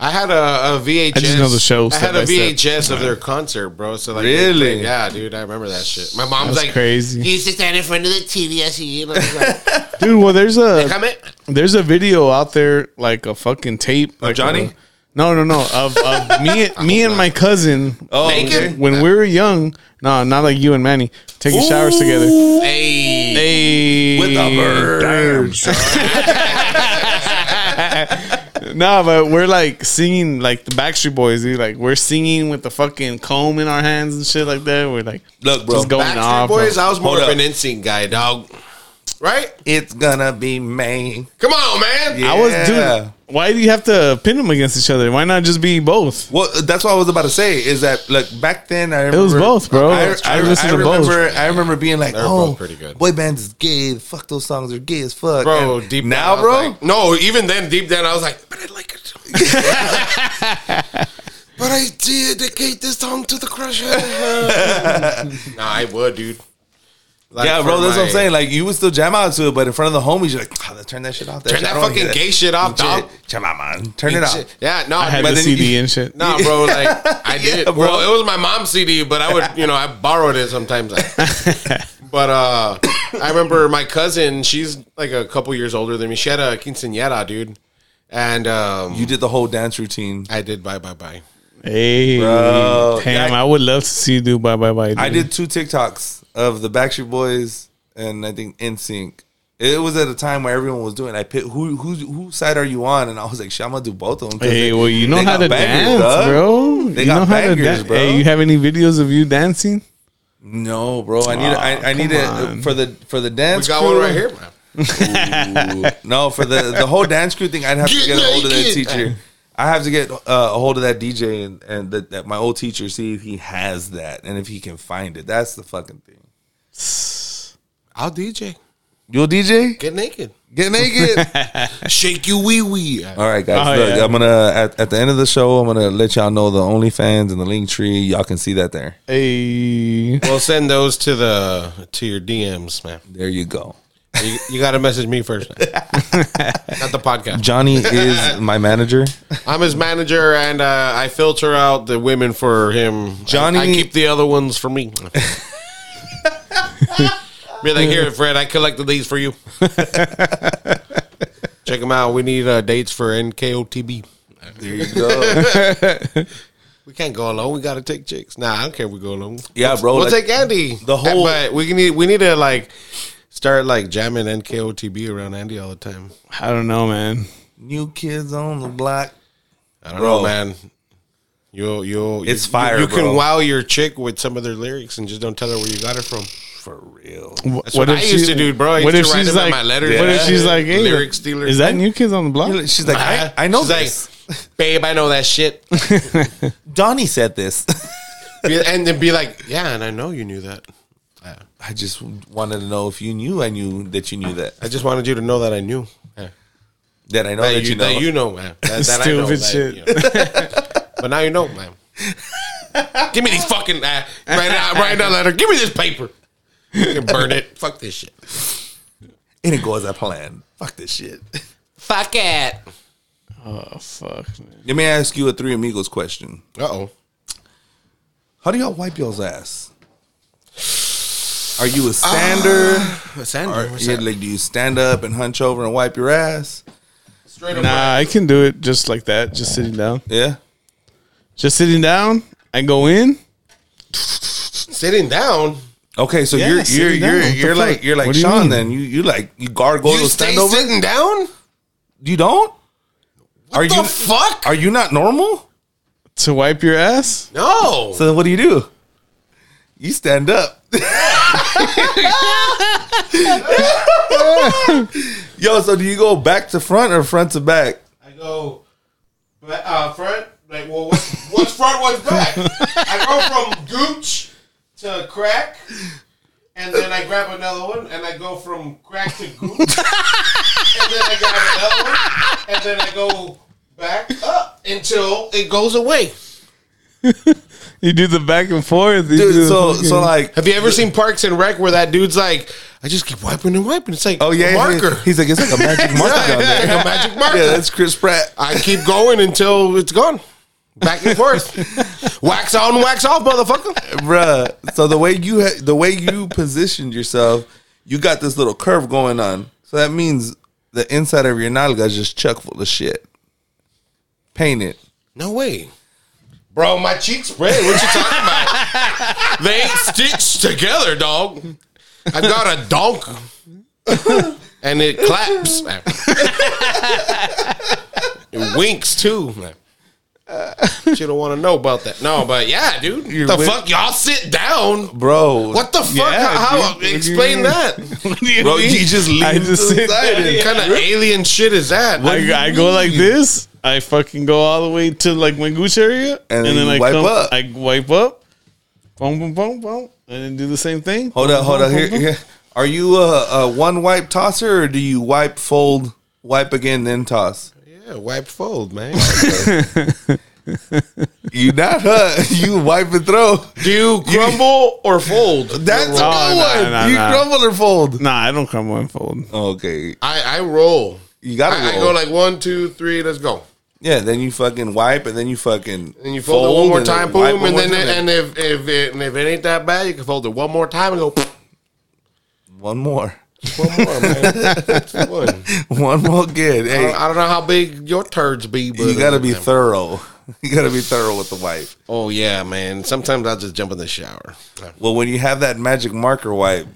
I had a, a VHS. I just know the show I step had a by step. VHS of their concert, bro. So like, Really? yeah, dude, I remember that shit. My mom's That's like, crazy. You sit down in front of the TV. I see you. And I was like, Dude, well there's a Come in. there's a video out there like a fucking tape. Like Johnny? a- no, no, no. Of, of me, me and my cousin. Oh, Naked? When we were young, no, not like you and Manny taking showers together. Hey, Hey, with a bird. No, but we're like singing like the Backstreet Boys. Dude. Like we're singing with the fucking comb in our hands and shit like that. We're like Look, bro, just going Backstreet off. Boys. I was more Hold of up. an NSYNC guy, dog. Right? it's gonna be May. Come on, man. I was Yeah. dude. Why do you have to pin them against each other? Why not just be both? Well, that's what I was about to say. Is that look back then? I remember, was both, bro. I, It's I, true. Listen I to both. remember. I remember being like, They're "Oh, both pretty good. boy bands is gay. Fuck those songs are gay as fuck." Bro, And deep down, I now, was bro. like- no, even then, deep down, I was like, but I like it. but I dedicate this song to the crusher. nah, I would, dude. Like, yeah, for bro, that's what I'm my- saying. Like, you would still jam out to it, but in front of the homies, you're like, "Ah, let's turn that shit off. Turn shit- that I don't wanna hear fucking gay shit off, dog. Shit. Come on, man. Turn it off. Shit. Yeah, no, I had but the then CD you- and shit. No, bro, like I did. Yeah, bro. Well, it was my mom's CD, but I would, you know, I borrowed it sometimes. but uh I remember my cousin, she's like a couple years older than me. She had a quinceañera, dude. And um You did the whole dance routine. I did bye bye bye. Hey, Bro. damn! Yeah, I- I would love to see you do bye bye bye. I dude. did two TikToks of the Backstreet Boys and I think NSYNC. It was at a time where everyone was doing. it. I picked who who whose side are you on, and I was like, "Shit, I'm gonna do both of them." 'cause Hey, they- well, you know they how got to bangers, dance, dog. bro. They you got know how bangers, to dance, bro. Hey, you have any videos of you dancing? No, bro, I need a- I, I need come it on. for the for the dance. We got one crew- right here, man. No, for the the whole dance crew thing, I'd have to Get get a hold of that naked. teacher. I have to get uh, a hold of that DJ and and that that my old teacher see if he has that and if he can find it. That's the fucking thing. I'll DJ. You'll DJ Get naked. get naked. Shake you wee wee. All right, guys. Oh, look, yeah. I'm gonna at, at the end of the show, I'm gonna let y'all know the OnlyFans and the link tree. Y'all can see that there. Hey, We'll send those to the to your DMs, man. There you go. You, you gotta message me first. Not the podcast. Johnny is my manager. I'm his manager, and uh, I filter out the women for him. Johnny- I, I keep the other ones for me. Be like, here, Fred, I collected these for you. Check them out. We need uh, dates for NKOTB. There you go. We can't go alone. We gotta take chicks. Nah, I don't care. if We go alone. Yeah, bro. we'll like, take Andy. the whole- but we can need we need to like start like jamming NKOTB around Andy all the time? I don't know, man. New kids on the block. I don't Bro. know, man. You'll you'll It's you- fire, You, bro. can wow your chick with some of their lyrics and just don't tell her where you got it from. For real. That's what, I used to do, bro. I used what to if write she's them in like? my letters. What if Yeah. she's like? Hey, lyric stealer? Is that new kids on the block? She's like, I, I know She's this. like, babe, I know that shit. Donnie said this. Be- and then be like, yeah, and I know you knew that. I just wanted to know if you knew I knew that you knew that. I just wanted you to know that I knew. Yeah. That I know That, that, you, you know. that you know, man. That, that I know. Stupid that, shit. you know. but now you know, man. Give me these fucking uh, right now, right now, letter. Give me this paper. You can burn it. Fuck this shit. it didn't go as I planned. Fuck this shit. Fuck it. Oh fuck, man. Let me ask you a Three Amigos question. Uh oh. How do y'all wipe y'all's ass? Are Ah, you a sander? What's that? Or- yeah, like, do you stand up and hunch over and wipe your ass? Nah, I can do it just like that, just sitting down. Yeah. Just sitting down. I go in. Sitting down. Okay, so Yeah, you're you're sitting down. you're What the you're like fuck? you're like What do you Sean. mean? then you you like you gargoyle You stay stand over. sitting down. You don't. are the you fuck? Are you not normal? to wipe your ass? No. So then what do you do? You stand up. Yo, so do you go back to front or front to back? I go ba- uh, front. Like, well, what's, what's front? What's back? I go from gooch to crack, and then I grab another one, and I go from crack to gooch, and then I grab another one, and then I go back up until it goes away. You do the back and forth. You do Dude, the so fucking- so like Have you ever seen Parks and Rec where that dude's like, I just keep wiping and wiping. It's like oh yeah, a yeah, marker. yeah. He's like it's like a magic marker down there. like a magic marker. Yeah, that's Chris Pratt. I keep going until it's gone. Back and forth. wax on, wax off, motherfucker. bruh. So the way you ha- the way you positioned yourself, you got this little curve going on. So that means the inside of your nalga is just chuck full of shit, painted. No way. Bro, my cheeks red. What you talking about? they ain't stitched together, dog. I got a donk. and it claps. it winks too. She don't want to know about that. No, but yeah, dude. the win- fuck? Y'all sit down. Bro, What the fuck? Yeah, How, dude. explain that. Bro, you just lean I to the just sit side. What and- kind of alien shit is that? Like, I, I go like this. I fucking go all the way to like my gooch area, And and, then then you I wipe come, up. I wipe up, boom, boom, boom, boom, and then do the same thing. Hold up, hold Boom, up. boom, Here, boom, boom. here. Are you a, a one wipe tosser or do you wipe, fold, wipe again, then toss? yeah, wipe fold, man. You not, huh? You wipe and throw. Do you crumble or fold? That's a good Oh, nah, one. nah, you nah. crumble or fold. Nah, I don't crumble and fold. Okay, I, I roll. you gotta I, I roll. go like one, two, three. Let's go. Yeah, then you fucking wipe, and then you fucking And you fold, it one more and then time, wipe boom, one and more then time, and if if it, and if it ain't that bad, you can fold it one more time and go one more, one more, man. That's one. one more good. I Hey, don't- I don't know how big your turds be, but uh, you gotta be thorough. You gotta be thorough with the wipe. Oh yeah, man. Sometimes I'll just jump in the shower. Well, when you have that magic marker wipe,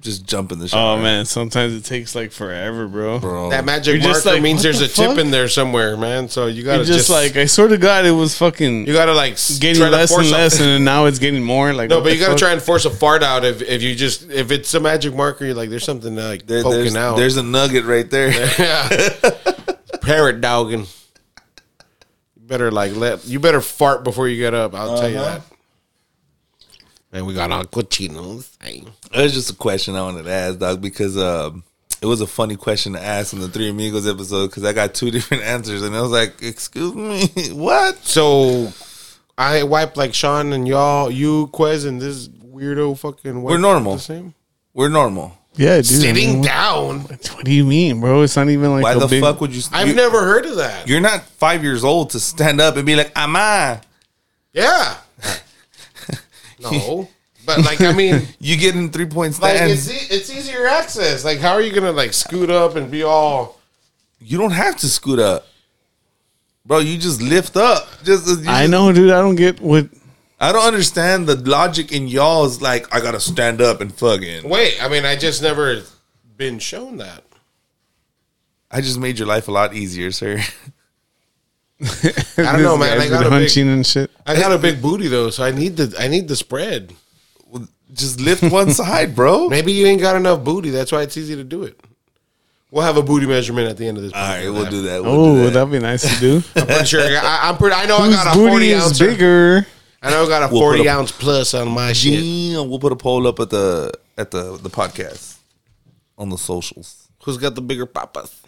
just jump in the shower. Oh man, sometimes it takes like forever, bro. bro. That magic You're just marker like, means what there's the a tip fuck? in there somewhere, man. So you gotta It just, like I swear to God, it was fucking you gotta like getting try to less and force a- less, and now it's getting more. Like No, what but the you got to fuck? try and force a fart out if, if you just if it's a magic marker, you're like there's something like There- poking there's, out. there's a nugget right there. yeah. parrot dogging. You better like let you better fart before you get up. I'll tell you Uh-huh. that. Man, we got our cochinos. Hey. It was just a question I wanted to ask, dog, because um, it was a funny question to ask in the Three Amigos episode because I got two different answers, and I was like, "Excuse me, what?" So I wipe like Sean and y'all, you Quez and this weirdo fucking. wipe We're normal. The same. We're normal. yeah, dude. I mean, Sitting what, down. what do you mean, bro? It's not even like Why a the big, fuck would you? I've you- never heard of that. You're not five years old to stand up and be like, "Am I?" Yeah. no, but like I mean. You get in three point Like stand. it's e- it's easier access. Like how are you gonna like scoot up and be all? you don't have to scoot up, bro. You just lift up. Just you I just- know, dude. I don't get what. I don't understand the logic in y'all's like. I gotta stand up and fucking. Wait, I mean, I just never been shown that. I just made your life a lot easier, sir. I don't know, man. I Guys got, been a hunching big, and shit. I got a big booty though, so I need the I need the spread. Just lift one side, bro. Maybe you ain't got enough booty. That's why it's easy to do it. We'll have a booty measurement at the end of this. All right, we'll do that. We'll do Oh, that. that'd be nice to do. I'm pretty sure. I, I'm pretty. I know I Whose got a booty forty is ounce. bigger? I know I got a We'll put forty a- ounce plus on my shit. Damn, we'll put a poll up at the at the the podcast on the socials. Who's got the bigger papas?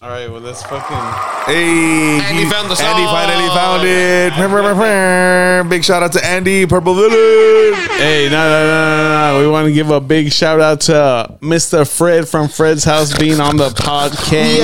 All right, well let's fucking. Hey, Andy found the Andy song. finally found it. Big shout out to Andy Purple Village. Hey, no, no, no, no, no. We want to give a big shout out to Mr. Fred from Fred's House being on the podcast.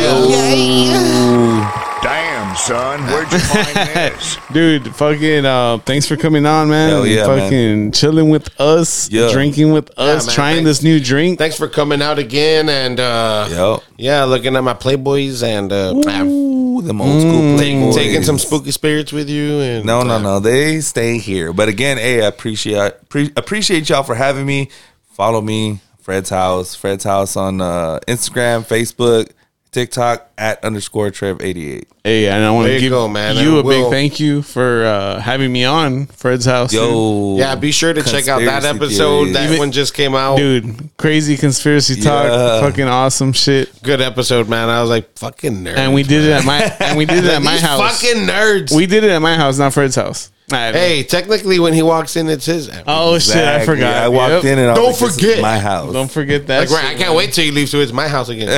Damn, son, where'd you find this? Dude, fucking, uh, thanks for coming on, man. Hell yeah, fucking chilling with us, Yeah. drinking with us, man, trying thanks. this new drink. Thanks for coming out again, and uh, Yo, yeah, looking at my playboys and uh, ooh, them old Mm. school Mm. playboys. taking some spooky spirits with you. And No, no, uh, no. They stay here. But again, hey, I appreciate pre- appreciate y'all for having me. Follow me, Fred's House, Fred's House on uh, Instagram, Facebook, TikTok at underscore Trev eighty eight. Hey, and I want There you to give go, man. you a And we'll- big thank you for uh, having me on Fred's house. Yo, Yeah, be sure to check out that Conspiracy episode. theories. That Even- one just came out. dude, crazy conspiracy talk, Yeah. fucking awesome shit. Good episode, man. I was like, fucking nerd. And we did it at my and we did it at my These house. Fucking nerds. We did it at my house, not Fred's house. I don't- hey, technically, when he walks in, it's his. oh shit, I Exactly. forgot. I walked Yep. in and I Don't was like, this is forget. my house. Don't forget that. like, right, I shit. can't wait till he leaves, so it's my house again.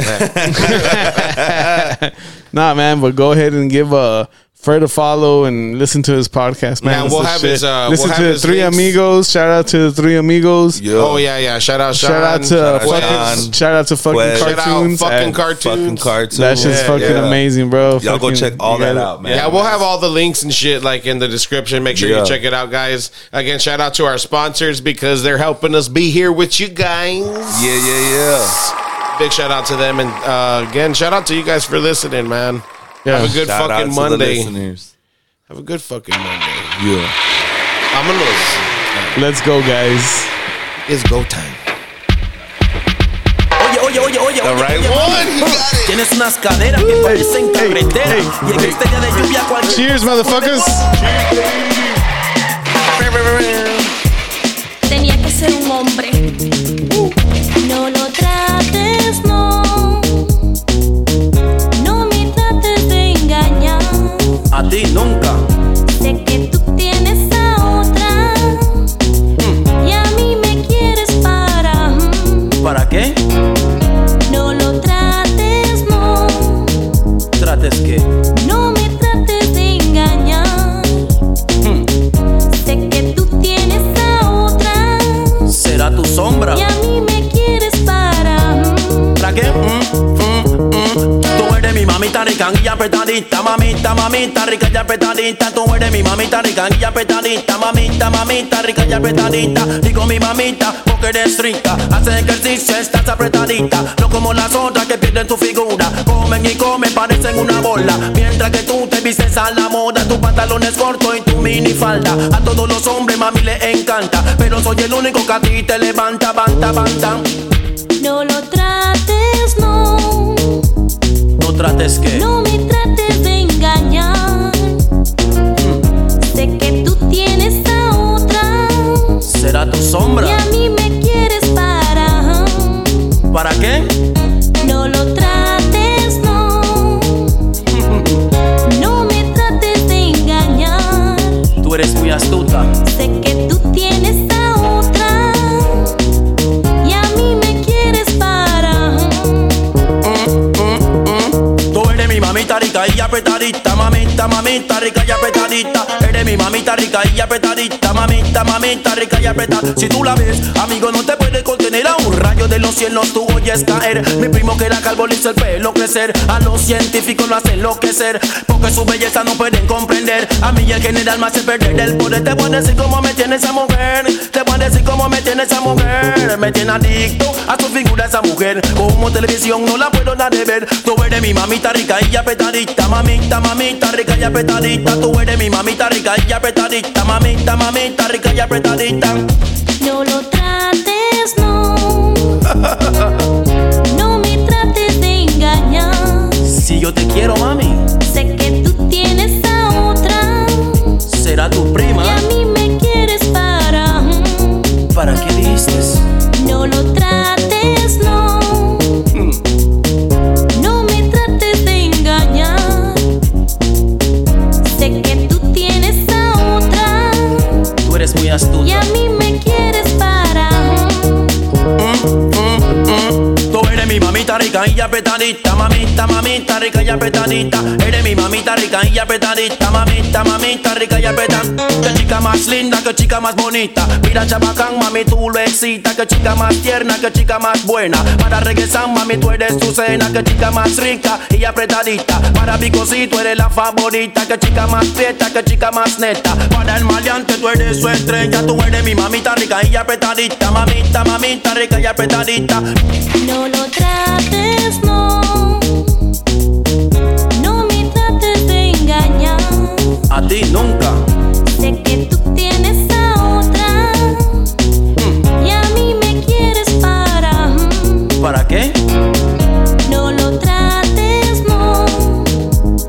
Nah, man, but go ahead and give uh, Fred a follow and listen to his podcast, man. Yeah, It's we'll the have shit. his, uh, listen we'll to have the his Three links. Amigos. Shout out to the Three Amigos. Yo, oh yeah, yeah. Shout out, Sean. Shout out to uh, Sean. fucking, shout out to fucking Quest. Shout out cartoons. fucking and- cartoons. fucking cartoons. That shit's fucking yeah. amazing, bro. Y'all go Fucking- check all you that gotta- out, man. Yeah, we'll have all the links and shit like in the description. Make sure Yeah. you check it out, guys. Again, shout out to our sponsors because they're helping us be here with you guys. Yeah, yeah, yeah. Big shout out to them, and uh, again, shout out to you guys for listening, man. Yeah. Have a good Shout out to fucking the Monday. listeners. Have a good fucking Monday. Yeah. I'm gonna listen. Let's go, guys. It's go time. Oye, oye, oye, oye, The oye, right oye, one, oye. Tienes unas caderas que parecen carretera. Y en este día de lluvia cualquier. Cheers, motherfuckers. Tenía que ser un hombre. Uh, No lo trates, no. No me trates de engañar. A ti nunca. Sé que tú tienes a otra. Y a mí me quieres para. mm, ¿Para qué? No lo trates, no. Trates que. No me trates de engañar. Sé que tú tienes a otra. Será tu sombra. Y a mí me quieres para. ¿Para qué? Mm, mm, mm. Tú eres mi mamita rica y apretadita, mamita, mamita rica y apretadita. Tú eres mi mamita rica y apretadita, mamita, mamita rica y apretadita. Digo mi mamita porque eres rica, haces ejercicio, estás apretadita. No como las otras que pierden tu figura, comen y comen, parecen una bola. Mientras que tú te vistes a la moda, tus pantalones cortos y tu minifalda. A todos los hombres, mami, les encanta, pero soy el único que a ti te levanta, banta, banta. No lo trates, no. No trates que. No me trates de engañar. Sé que tú tienes a otra. Será tu sombra. Y a mí me quieres para. ¿Para qué? No lo trates, no. No me trates de engañar. Tú eres muy astuta. Sé que tú tienes a otra. Y a mí me quieres para. Tú eres mi mamita rica y apretadita. Mamita, mamita rica y apretadita. Eres mi mamita rica y apretadita. Mamita, mamita rica y apretadita. Si tú la ves, amigo, no te puedes contener. A un rayo de los cielos tú oyes caer. Mi primo que era calvo le hizo el pelo crecer. A los científicos lo hacen enloquecer. Porque su belleza no pueden comprender. A mí en general me hace perder el poder. Te voy a decir cómo me tiene esa mujer. Te voy a decir cómo me tiene esa mujer. Me tiene adicto a su figura esa mujer. Como televisión no la puedo dar de ver. Tú eres mi mamita rica y apretadita. Mamita, mamita rica y apretadita. Tú eres mi mamita rica y apretadita. Mamita, mamita rica y apretadita. No lo trates, yo te quiero, mami. Sé que tú tienes a otra Será tu prima. y a mí me quieres para. mm, ¿Para qué dices? No lo trates, no. No me trates de engañar. Sé que tú tienes a otra Tú eres muy y astuta. a mí me quieres para. Tú eres mi mamita rica y ya petadita, mamita, mamita rica y ya petadita. Eres mi mamita rica y ya petadita, mamita, mamita rica y ya petadita. Que chica más linda, que chica más bonita. Mira chabacán, mami, tú lo excitas. Que chica más tierna, que chica más buena. Para regresar, mami, tú eres tu cena. Que chica más rica y apretadita. Para Bicosí, tú eres la favorita. Que chica más prieta, que chica más neta. Para el maleante, tú eres su estrella. Tú eres mi mamita rica y apretadita. Mamita, mamita rica y apretadita. No lo trates, no. No me trates de engañar. A ti nunca. Sé que tú tienes a otra y a mí me quieres para. mm, ¿Para qué? No lo trates, no.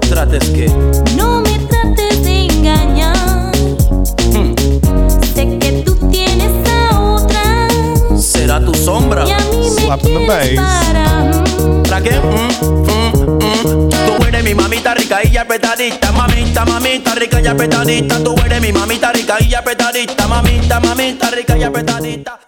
Trates que. No me trates de engañar. Sé que tú tienes a otra Será tu sombra. y a mí me quieres para. mm, ¿Para qué? Mm, mm, mm. Tú eres mi mamita rica y ya petadita. Mamita, mamita rica y apretadita. Tú eres mi mamita rica y ya petadita. Mamita, mamita rica y apretadita.